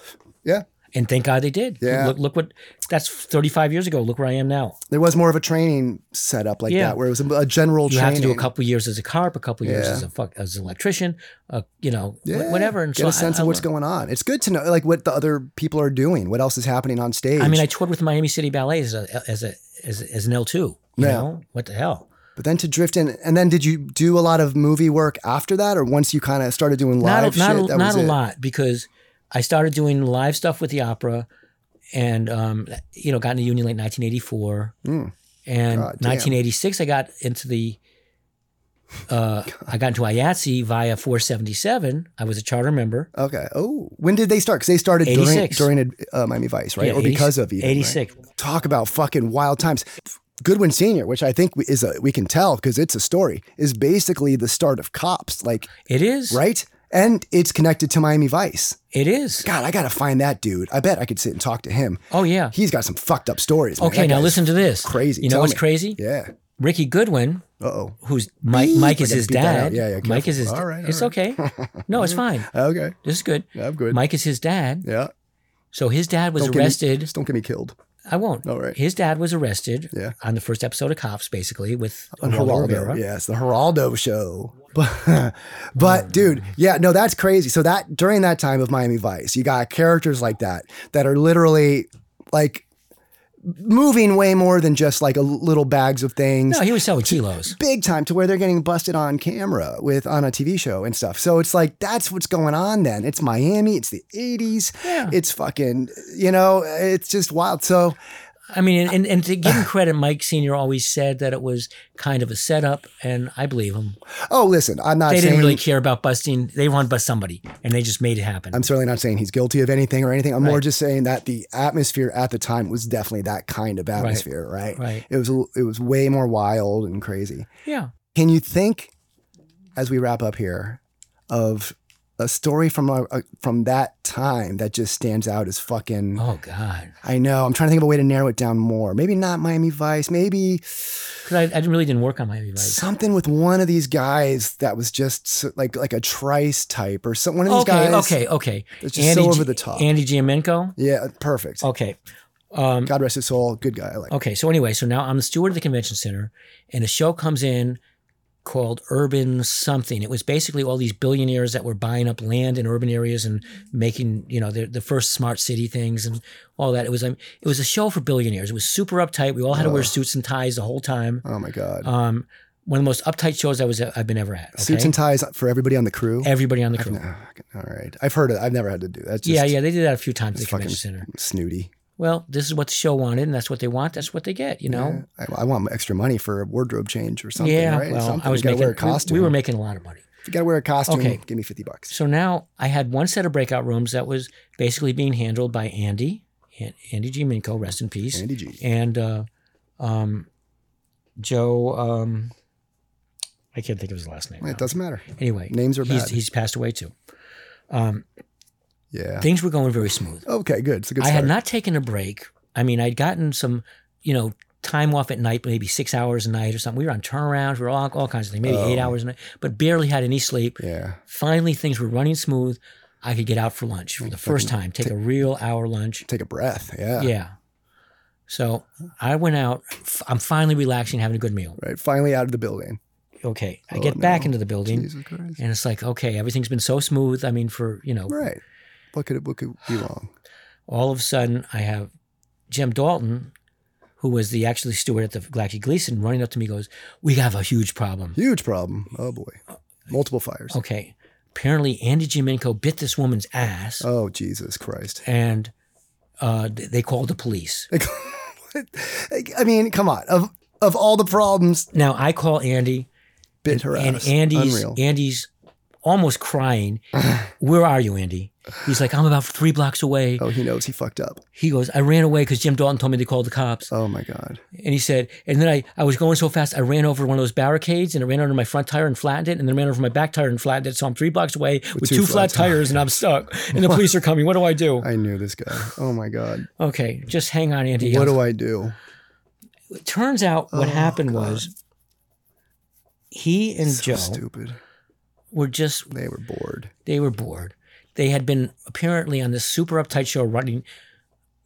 Speaker 2: Yeah.
Speaker 3: And thank God they did.
Speaker 2: Yeah.
Speaker 3: Look, look what that's 35 years ago. Look where I am now.
Speaker 2: there was more of a training setup like
Speaker 3: Yeah.
Speaker 2: that, where it was a, a general
Speaker 3: You
Speaker 2: training.
Speaker 3: have to do a couple years as a carp, a couple years
Speaker 2: Yeah.
Speaker 3: as a fuck, as an electrician, uh, you know, wh-
Speaker 2: Yeah.
Speaker 3: whatever. And
Speaker 2: Get
Speaker 3: so
Speaker 2: a sense
Speaker 3: I,
Speaker 2: of what's
Speaker 3: I,
Speaker 2: going on. It's good to know like what the other people are doing, what else is happening on stage.
Speaker 3: I mean, I toured with Miami City Ballet as a as a as, as an L2. You
Speaker 2: Yeah.
Speaker 3: know what the hell?
Speaker 2: but then to drift in, and then did you do a lot of movie work after that, or once you kind of started doing
Speaker 3: not
Speaker 2: live
Speaker 3: a, not
Speaker 2: shit?
Speaker 3: a,
Speaker 2: that
Speaker 3: not
Speaker 2: was
Speaker 3: a
Speaker 2: it.
Speaker 3: lot because I started doing live stuff with the opera, and um, you know, got in the union like 1984,
Speaker 2: Mm.
Speaker 3: and
Speaker 2: God damn.
Speaker 3: 1986 I got into the. Uh, I got into IATSE via 477. I was a charter member.
Speaker 2: Okay. Oh, when did they start? Because they started
Speaker 3: 86.
Speaker 2: during during uh, Miami Vice, right?
Speaker 3: Yeah,
Speaker 2: or
Speaker 3: 80
Speaker 2: because of even, right?
Speaker 3: 86.
Speaker 2: talk about fucking wild times. Goodwin Senior, which I think is a we can tell because it's a story, is basically the start of Cops, like
Speaker 3: It is
Speaker 2: right, and it's connected to Miami Vice.
Speaker 3: It is.
Speaker 2: God, I gotta find that dude. I bet I could sit and talk to him.
Speaker 3: Oh yeah.
Speaker 2: He's got some fucked up stories. man.
Speaker 3: Okay,
Speaker 2: That
Speaker 3: now
Speaker 2: guy's-
Speaker 3: listen to this.
Speaker 2: crazy.
Speaker 3: You know
Speaker 2: Tell
Speaker 3: what's
Speaker 2: me.
Speaker 3: crazy?
Speaker 2: Yeah.
Speaker 3: Ricky Goodwin,
Speaker 2: Uh oh.
Speaker 3: who's Mike.
Speaker 2: Beep.
Speaker 3: Mike
Speaker 2: I
Speaker 3: is
Speaker 2: gotta
Speaker 3: his
Speaker 2: beep that out.
Speaker 3: dad.
Speaker 2: Yeah, yeah,
Speaker 3: Mike is his.
Speaker 2: careful. All right, all
Speaker 3: it's okay. No, it's fine.
Speaker 2: Okay.
Speaker 3: This is good.
Speaker 2: Yeah, I'm good.
Speaker 3: Mike is his dad.
Speaker 2: Yeah.
Speaker 3: So his dad was
Speaker 2: Don't get me-
Speaker 3: arrested.
Speaker 2: Just don't get me killed.
Speaker 3: I won't.
Speaker 2: Oh, All right.
Speaker 3: His dad was arrested
Speaker 2: Yeah.
Speaker 3: on the first episode of Cops, basically, with
Speaker 2: on
Speaker 3: Geraldo
Speaker 2: Geraldo.
Speaker 3: Rivera.
Speaker 2: Yes, the Geraldo show. But,
Speaker 3: Hmm.
Speaker 2: but dude, yeah, no, that's crazy. So that during that time of Miami Vice, you got characters like that that are literally like moving way more than just like a little bags of things.
Speaker 3: No, he was selling kilos.
Speaker 2: Big time to where they're getting busted on camera with on a TV show and stuff. So it's like that's what's going on then. It's Miami, it's the 80s.
Speaker 3: Yeah.
Speaker 2: It's fucking, you know, it's just wild. So
Speaker 3: I mean, and, and to give him credit, Mike Sr. always said that it was kind of a setup, and I believe him.
Speaker 2: oh listen, I'm not
Speaker 3: They
Speaker 2: saying
Speaker 3: didn't really care about busting. They wanted to bust somebody, and they just made it happen.
Speaker 2: I'm certainly not saying he's guilty of anything or anything. I'm more
Speaker 3: Right.
Speaker 2: just saying that the atmosphere at the time was definitely that kind of atmosphere, right?
Speaker 3: Right.
Speaker 2: It was it was way more wild and crazy.
Speaker 3: yeah.
Speaker 2: Can you think, as we wrap up here, of a story from a, a- from that time that just stands out as fucking?
Speaker 3: Oh, God.
Speaker 2: I know. I'm trying to think of a way to narrow it down more. Maybe not Miami Vice. Maybe
Speaker 3: Because I, I really didn't work on my advice.
Speaker 2: something with one of these guys that was just so- like like a Trice type or some one of these
Speaker 3: Okay,
Speaker 2: guys.
Speaker 3: okay, okay.
Speaker 2: It's just so over the top.
Speaker 3: Andy Giamenko.
Speaker 2: Yeah. Perfect.
Speaker 3: Okay. Um,
Speaker 2: God rest his soul. Good guy. I like.
Speaker 3: Okay, so anyway, so now I'm the steward of the convention center, and a show comes in called Urban Something. It was basically all these billionaires that were buying up land in urban areas and making, you know, the, the first smart city things and all that. It was um, it was a show for billionaires. It was super uptight. We all had to wear
Speaker 2: Ugh.
Speaker 3: suits and ties the whole time.
Speaker 2: Oh my God.
Speaker 3: Um, one of the most uptight shows I was uh, I've been ever at. Okay?
Speaker 2: Suits and ties for everybody on the crew.
Speaker 3: Everybody on the crew.
Speaker 2: Ah, All right. I've heard it. I've never had to do that. Just
Speaker 3: yeah, yeah, they did that a few times at the
Speaker 2: It's
Speaker 3: convention
Speaker 2: fucking-
Speaker 3: center.
Speaker 2: Snooty.
Speaker 3: Well, this is what the show wanted, and that's what they want. That's what they get. You know.
Speaker 2: Yeah. I, I want extra money for a wardrobe change or something.
Speaker 3: yeah,
Speaker 2: Right?
Speaker 3: well,
Speaker 2: something.
Speaker 3: I was
Speaker 2: you gotta
Speaker 3: making
Speaker 2: wear a
Speaker 3: we-
Speaker 2: costume.
Speaker 3: we were making a lot of money.
Speaker 2: If you gotta wear a costume,
Speaker 3: Okay.
Speaker 2: give me fifty bucks.
Speaker 3: So now I had one set of breakout rooms that was basically being handled by Andy, An- Andy G. Minko, rest in peace,
Speaker 2: Andy G.
Speaker 3: and uh, um, Joe. Um, I can't think of his last name.
Speaker 2: It
Speaker 3: now.
Speaker 2: doesn't matter.
Speaker 3: Anyway,
Speaker 2: Names are
Speaker 3: he's,
Speaker 2: bad.
Speaker 3: he's passed away too. Um,
Speaker 2: Yeah.
Speaker 3: things were going very smooth.
Speaker 2: okay. Good. It's a good.
Speaker 3: I had
Speaker 2: start.
Speaker 3: not taken a break. I mean, I'd gotten some, you know, time off at night, maybe six hours a night or something. We were on turnarounds. We were all, all kinds of things, maybe eight
Speaker 2: Oh.
Speaker 3: hours a night, but barely had any sleep.
Speaker 2: Yeah.
Speaker 3: Finally, things were running smooth. I could get out for lunch for the first time, take a real hour lunch.
Speaker 2: Take a breath. Yeah.
Speaker 3: Yeah. So I went out. F- I'm finally relaxing, having a good meal.
Speaker 2: Right. Finally out of the building.
Speaker 3: Okay. I
Speaker 2: Oh,
Speaker 3: get back
Speaker 2: no.
Speaker 3: into the building
Speaker 2: Jesus Christ.
Speaker 3: and it's like, okay, everything's been so smooth. I mean, for, you know,
Speaker 2: Right. What could what could be wrong?
Speaker 3: all of a sudden I have Jim Dalton, who was the actually steward at the Glaxy Gleason, running up to me goes, "We have a huge problem."
Speaker 2: Huge problem. Oh boy. Multiple fires.
Speaker 3: Okay, apparently Andy Jemenko bit this woman's ass,
Speaker 2: Oh Jesus Christ.
Speaker 3: and uh, th- they called the police.
Speaker 2: Like, I mean, come on. Of of all the problems,
Speaker 3: Now I call Andy,
Speaker 2: bit her
Speaker 3: and
Speaker 2: ass.
Speaker 3: Andy's
Speaker 2: Unreal.
Speaker 3: Andy's almost crying. Where are you, Andy? He's like, I'm about three blocks away.
Speaker 2: oh, he knows he fucked up.
Speaker 3: He goes, I ran away because Jim Dalton told me to call the cops.
Speaker 2: Oh my God.
Speaker 3: And he said, and then I, I was going so fast, I ran over one of those barricades and I ran under my front tire and flattened it, and then ran over my back tire and flattened it. So I'm three blocks away with, two, flat tires and I'm stuck. And the police are coming. What do I do?
Speaker 2: I knew this guy. Oh my God.
Speaker 3: Okay, just hang on, Andy.
Speaker 2: What do Oh, I do?
Speaker 3: it turns out what happened was he and
Speaker 2: So
Speaker 3: Joe
Speaker 2: stupid.
Speaker 3: were just
Speaker 2: They were bored.
Speaker 3: They were bored. They had been apparently on this super uptight show running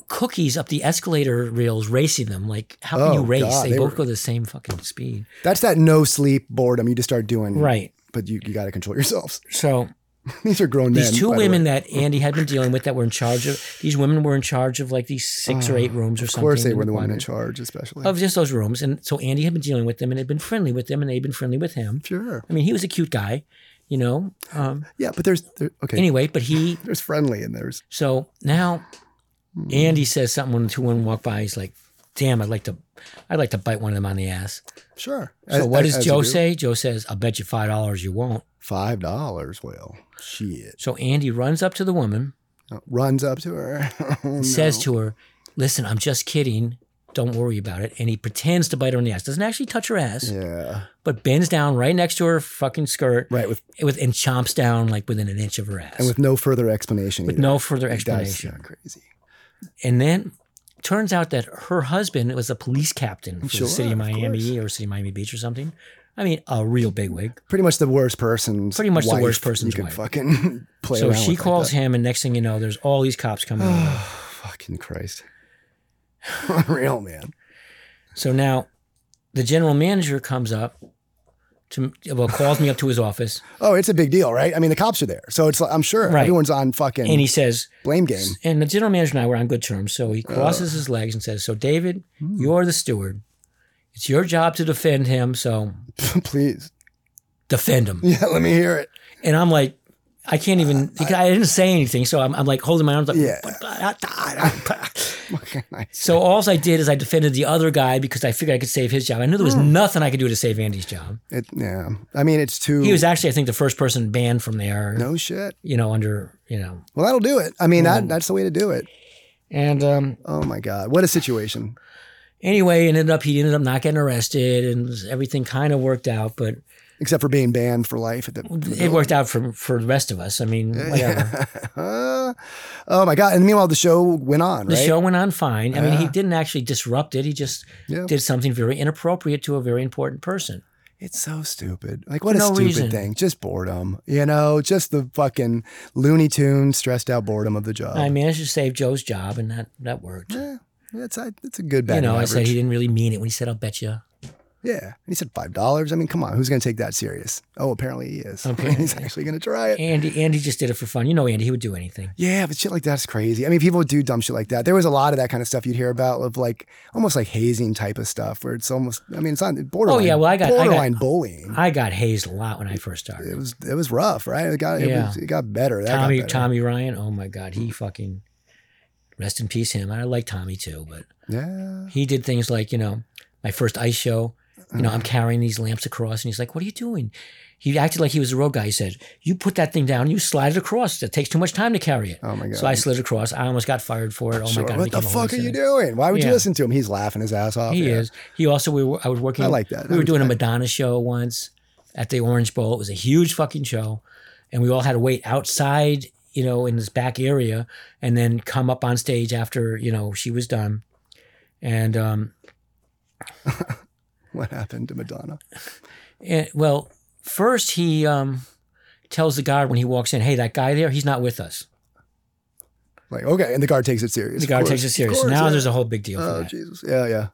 Speaker 3: cookies up the escalator rails, racing them. Like, how can
Speaker 2: Oh,
Speaker 3: you race?
Speaker 2: God,
Speaker 3: they,
Speaker 2: they
Speaker 3: both
Speaker 2: were-
Speaker 3: go the same fucking speed.
Speaker 2: That's that no sleep boredom. You just start doing
Speaker 3: Right.
Speaker 2: But you, you got to control yourselves.
Speaker 3: So
Speaker 2: These are grown
Speaker 3: these
Speaker 2: men.
Speaker 3: two
Speaker 2: by the way.
Speaker 3: women that Andy had been dealing with that were in charge of these women were in charge of like these six or eight rooms
Speaker 2: Ah,
Speaker 3: or
Speaker 2: Of
Speaker 3: something.
Speaker 2: course, they were the
Speaker 3: one
Speaker 2: women in charge, especially.
Speaker 3: of just those rooms. And so Andy had been dealing with them and had been friendly with them and they'd been friendly with him.
Speaker 2: sure.
Speaker 3: I mean, he was a cute guy, you know. Um,
Speaker 2: Yeah, but there's there, okay.
Speaker 3: anyway, but he
Speaker 2: There's friendly and there's
Speaker 3: So now
Speaker 2: Hmm.
Speaker 3: Andy says something when the two women walk by. He's like, damn, I'd like to I'd like to bite one of them on the ass.
Speaker 2: sure.
Speaker 3: So what does Joe
Speaker 2: say?
Speaker 3: say? Joe says, I'll bet you five dollars you won't.
Speaker 2: Five dollars. Well, shit.
Speaker 3: So Andy runs up to the woman,
Speaker 2: Runs up to her. Oh,
Speaker 3: says
Speaker 2: no.
Speaker 3: to her, Listen, I'm just kidding. Don't worry about it. And he pretends to bite her on the ass. Doesn't actually touch her ass,
Speaker 2: Yeah.
Speaker 3: but bends down right next to her fucking skirt
Speaker 2: Right. With
Speaker 3: with and chomps down like within an inch of her ass.
Speaker 2: and with no further explanation.
Speaker 3: with
Speaker 2: either.
Speaker 3: no further
Speaker 2: That's
Speaker 3: explanation.
Speaker 2: not crazy.
Speaker 3: And then turns out that her husband was a police captain for
Speaker 2: Sure,
Speaker 3: the city of
Speaker 2: of
Speaker 3: Miami or city of Miami Beach or something. I mean, a real bigwig.
Speaker 2: Pretty much the worst person.
Speaker 3: Pretty much the worst
Speaker 2: You
Speaker 3: person's
Speaker 2: can
Speaker 3: wife.
Speaker 2: fucking play
Speaker 3: So
Speaker 2: around
Speaker 3: she
Speaker 2: with
Speaker 3: calls
Speaker 2: like
Speaker 3: him, and next thing you know, there's all these cops coming.
Speaker 2: that.
Speaker 3: over.
Speaker 2: Oh, fucking Christ. Unreal, man.
Speaker 3: so now the general manager comes up to well calls me up to his office,
Speaker 2: Oh, it's a big deal, right? I mean, the cops are there, so it's like, I'm sure
Speaker 3: Right.
Speaker 2: everyone's on fucking
Speaker 3: and he says,
Speaker 2: blame game.
Speaker 3: and the general manager and I were on good terms. So he crosses his legs and says, "So David,
Speaker 2: Hmm.
Speaker 3: you're the steward. It's your job to defend him. So
Speaker 2: Please,
Speaker 3: defend him."
Speaker 2: yeah, let me hear it.
Speaker 3: And I'm like, I can't even. I, didn't say anything, so I'm, I'm like holding my arms like.
Speaker 2: Uh, Yeah. Okay, nice.
Speaker 3: ah, So all I did is I defended the other guy because I figured I could save his job. I knew there was
Speaker 2: Hmm.
Speaker 3: nothing I could do to save Andy's job.
Speaker 2: It, yeah, I mean, it's too.
Speaker 3: He was actually, I think, the first person banned from there.
Speaker 2: no shit.
Speaker 3: You know, under you know,
Speaker 2: Well, that'll do it. I mean, that that's the way to do it.
Speaker 3: and um,
Speaker 2: Oh my god, what a situation.
Speaker 3: anyway, it ended up he ended up not getting arrested, and everything kind of worked out. But
Speaker 2: Except for being banned for life at the.
Speaker 3: it worked out for for the rest of us. I mean, whatever.
Speaker 2: Uh, oh my god! And meanwhile, the show went on,
Speaker 3: The
Speaker 2: right?
Speaker 3: show went on fine. I mean, he didn't actually disrupt it. He just
Speaker 2: Yeah.
Speaker 3: did something very inappropriate to a very important person.
Speaker 2: It's so stupid. Like, what
Speaker 3: For
Speaker 2: a
Speaker 3: no
Speaker 2: stupid
Speaker 3: reason.
Speaker 2: thing. Just boredom, you know. Just the fucking Looney Tune stressed out boredom of the job.
Speaker 3: I managed to save Joe's job, and that that worked.
Speaker 2: Oh. yeah, that's I- that's a good bad.
Speaker 3: you know,
Speaker 2: average.
Speaker 3: I said he didn't really mean it when he said, "I'll bet you."
Speaker 2: Yeah. And he said five dollars. I mean, come on, who's gonna take that serious? Oh, apparently he is.
Speaker 3: Apparently.
Speaker 2: He's actually gonna try it.
Speaker 3: Andy, Andy just did it for fun. You know, Andy, he would do anything.
Speaker 2: Yeah, but shit like that's crazy. I mean, people do dumb shit like that. There was a lot of that kind of stuff you'd hear about of like almost like hazing type of stuff where it's almost I mean it's on borderline.
Speaker 3: Oh, yeah, well, I got- I got-
Speaker 2: borderline bullying.
Speaker 3: I got hazed a lot when I first
Speaker 2: It
Speaker 3: started.
Speaker 2: was it was rough, right? It got it,
Speaker 3: Yeah.
Speaker 2: was, it got better. That
Speaker 3: Tommy,
Speaker 2: got better.
Speaker 3: Tommy Ryan. Oh my God, he fucking rest in peace him. And I like Tommy too, but
Speaker 2: Yeah.
Speaker 3: he did things like you know my first ice show. You know, I'm
Speaker 2: Mm.
Speaker 3: carrying these lamps across, and he's like, "What are you doing?" He acted like he was a road guy. He said, "You put that thing down. You slide it across. It takes too much time to carry it."
Speaker 2: Oh my god.
Speaker 3: So I slid across. I almost got fired for it. Oh
Speaker 2: Sure.
Speaker 3: my god! it
Speaker 2: what the
Speaker 3: became a whole
Speaker 2: fuck are you
Speaker 3: incident.
Speaker 2: doing? Why would you
Speaker 3: Yeah.
Speaker 2: listen to him? He's laughing his ass off.
Speaker 3: He
Speaker 2: yeah.
Speaker 3: is. He also we were, I was working.
Speaker 2: I like that.
Speaker 3: We were
Speaker 2: That
Speaker 3: doing a
Speaker 2: was-
Speaker 3: Madonna show once at the Orange Bowl. It was a huge fucking show, and we all had to wait outside, you know, in this back area, and then come up on stage after you know she was done. And um,
Speaker 2: What happened to Madonna?
Speaker 3: and, well, first he um tells the guard when he walks in, "Hey, that guy there, he's not with us."
Speaker 2: Like, okay, and the guard takes it serious.
Speaker 3: The
Speaker 2: Of
Speaker 3: guard
Speaker 2: course.
Speaker 3: takes it
Speaker 2: Of
Speaker 3: serious. So
Speaker 2: course,
Speaker 3: now
Speaker 2: yeah.
Speaker 3: there's a whole big deal. for
Speaker 2: Oh
Speaker 3: that.
Speaker 2: Jesus. Yeah, yeah.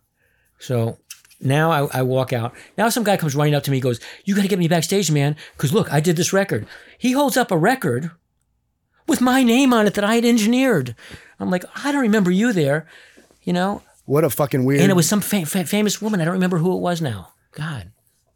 Speaker 3: So now I, I walk out. Now some guy comes running up to me. He goes, "You got to get me backstage, man. Because look, I did this record." He holds up a record with my name on it that I had engineered. I'm like, I don't remember you there. You know,
Speaker 2: What a fucking weird.
Speaker 3: and it was some fa- fa- famous woman. I don't remember who it was now. God,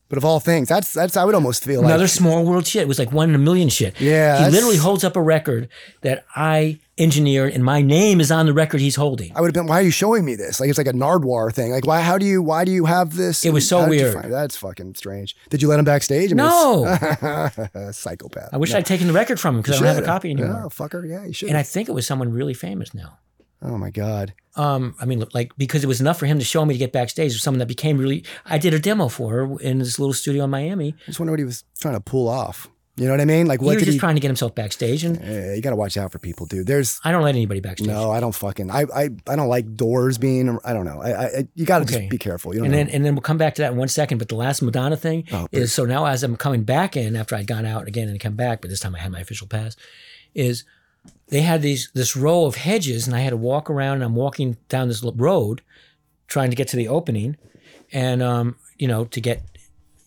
Speaker 2: but of all things, that's that's I would almost feel like
Speaker 3: another small world shit. It was like one in a million shit.
Speaker 2: Yeah,
Speaker 3: he
Speaker 2: that's-
Speaker 3: literally holds up a record that I engineered, and my name is on the record he's holding.
Speaker 2: I would have been. Why are you showing me this? Like it's like a Nardwar thing. Like why? How do you? Why do you have this?
Speaker 3: It was
Speaker 2: And
Speaker 3: so
Speaker 2: how did you
Speaker 3: weird.
Speaker 2: find- that's fucking strange. Did you let him backstage? I mean,
Speaker 3: No,
Speaker 2: it's- psychopath.
Speaker 3: I wish I'd taken the record from him because I don't have a copy anymore.
Speaker 2: Oh fucker, yeah, you should.
Speaker 3: And I think it was someone really famous now.
Speaker 2: oh my god.
Speaker 3: Um, I mean, like because it was enough for him to show me to get backstage. It was someone that became really. I did a demo for her in this little studio in Miami.
Speaker 2: I just wonder what he was trying to pull off. You know what I mean? Like
Speaker 3: he
Speaker 2: what
Speaker 3: was
Speaker 2: did
Speaker 3: just
Speaker 2: he?
Speaker 3: trying to get himself backstage, and
Speaker 2: Eh, you gotta watch out for people, dude. There's
Speaker 3: I don't let anybody backstage.
Speaker 2: no, I don't fucking. I I, I don't like doors being. I don't know. I, I I- you gotta
Speaker 3: Okay.
Speaker 2: just be careful. You don't
Speaker 3: And
Speaker 2: know.
Speaker 3: then and then we'll come back to that in one second. But the last Madonna thing
Speaker 2: Oh,
Speaker 3: is so now as I'm coming back in after I'd gone out again and come back, but this time I had my official pass, is they had these this row of hedges and I had to walk around and I'm walking down this l- road trying to get to the opening and um, you know, to get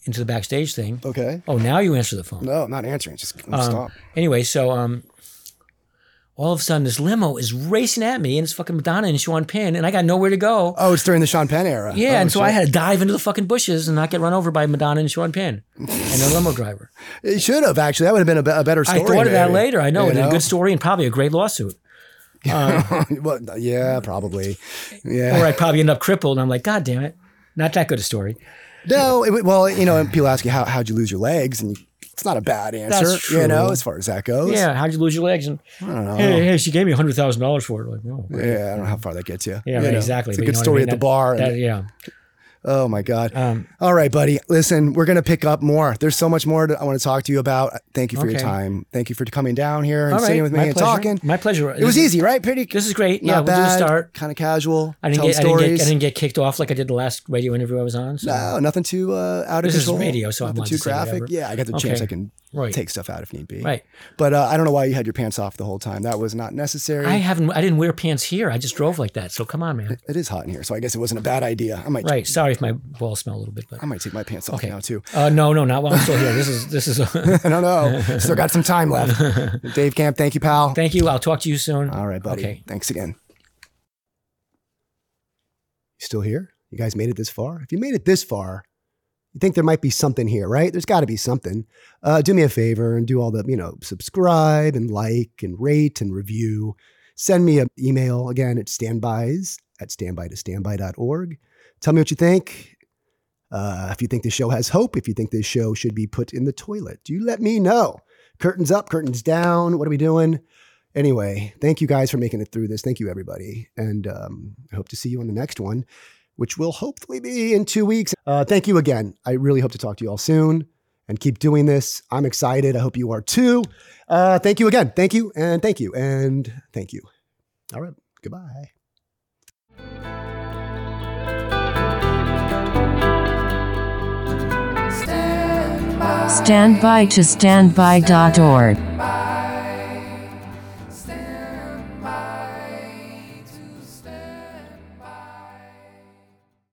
Speaker 3: into the backstage thing.
Speaker 2: okay.
Speaker 3: Oh, now you answer the phone.
Speaker 2: No, I'm not answering. Just
Speaker 3: Um,
Speaker 2: stop.
Speaker 3: Anyway, so um, all of a sudden this limo is racing at me and it's fucking Madonna and Sean Penn and I got nowhere to go.
Speaker 2: Oh, it's during the Sean Penn era.
Speaker 3: Yeah,
Speaker 2: Oh,
Speaker 3: and so
Speaker 2: shit.
Speaker 3: I had to dive into the fucking bushes and not get run over by Madonna and Sean Penn and the limo driver.
Speaker 2: It should have actually. That would have been a, be- a better story.
Speaker 3: I thought of that
Speaker 2: maybe.
Speaker 3: later. I know,
Speaker 2: You
Speaker 3: and a good story and probably a great lawsuit.
Speaker 2: well, yeah, probably. Yeah.
Speaker 3: Or I'd probably end up crippled and I'm like, God damn it. Not that good a story.
Speaker 2: No. It, would- well, you know, and people ask you how how'd you lose your legs, and you, it's not a bad answer.
Speaker 3: That's
Speaker 2: You know,
Speaker 3: true.
Speaker 2: as far as that goes.
Speaker 3: Yeah, how'd you lose your legs? And
Speaker 2: I don't know.
Speaker 3: hey, hey, she gave me hundred thousand dollars for it. Like, oh, great.
Speaker 2: Oh. Yeah, I don't know how far that gets you.
Speaker 3: yeah,
Speaker 2: You
Speaker 3: right,
Speaker 2: know,
Speaker 3: exactly.
Speaker 2: It's a
Speaker 3: But you
Speaker 2: good
Speaker 3: know what I
Speaker 2: story
Speaker 3: mean?
Speaker 2: at the
Speaker 3: That-
Speaker 2: bar. and-
Speaker 3: that- yeah,
Speaker 2: Oh my God.
Speaker 3: Um,
Speaker 2: All right, buddy. Listen, we're going to pick up more. There's so much more to, I want to talk to you about. Thank you for your
Speaker 3: Okay.
Speaker 2: time. Thank you for coming down here and
Speaker 3: All right,
Speaker 2: sitting with me
Speaker 3: my
Speaker 2: and
Speaker 3: pleasure.
Speaker 2: talking.
Speaker 3: My pleasure.
Speaker 2: It was easy, right? Pretty.
Speaker 3: This is great.
Speaker 2: not
Speaker 3: yeah, we'll
Speaker 2: bad.
Speaker 3: just start.
Speaker 2: Kind of casual.
Speaker 3: I didn't,
Speaker 2: tell
Speaker 3: get, I, didn't
Speaker 2: stories.
Speaker 3: get, I didn't get kicked off like I did the last radio interview I was on. So.
Speaker 2: No, nothing too uh, out of
Speaker 3: This is
Speaker 2: control.
Speaker 3: radio, so I'm
Speaker 2: nothing
Speaker 3: allowed
Speaker 2: too
Speaker 3: to say
Speaker 2: graphic.
Speaker 3: whatever.
Speaker 2: Yeah, I got the chance
Speaker 3: Okay.
Speaker 2: I can
Speaker 3: Right.
Speaker 2: take stuff out if need be.
Speaker 3: Right.
Speaker 2: But uh, I don't know why you had your pants off the whole time. That was not necessary.
Speaker 3: I haven't. I didn't wear pants here. I just drove like that. So come on, man.
Speaker 2: it is hot in here, so I guess it wasn't a bad idea. I might,
Speaker 3: Right. Sorry if my balls smell a little bit, but
Speaker 2: I might take my pants off
Speaker 3: Okay.
Speaker 2: now too.
Speaker 3: Uh, no, no, not while I'm still here. This is this is.
Speaker 2: I don't know. Still got some time left. Dave Camp, thank you, pal.
Speaker 3: thank you. I'll talk to you soon.
Speaker 2: All right, buddy.
Speaker 3: Okay.
Speaker 2: Thanks again. You still here?
Speaker 4: You guys made it this far? If you made it this far, you think there might be something here, right? There's got to be something. Uh, do me a favor and do all the, you know, subscribe and like and rate and review. Send me an email again at standbys at standby to standby.org. Tell me what you think. Uh, if you think this show has hope, if you think this show should be put in the toilet, you let me know. Curtains up, curtains down. What are we doing? Anyway, thank you guys for making it through this. Thank you, everybody. And um, I hope to see you on the next one which will hopefully be in two weeks. Uh, thank you again. I really hope to talk to you all soon and keep doing this. I'm excited. I hope you are too. Uh, thank you again. Thank you and thank you and thank you. All right. Goodbye.
Speaker 1: Stand by.
Speaker 5: Standby to standby.org.
Speaker 1: Stand by.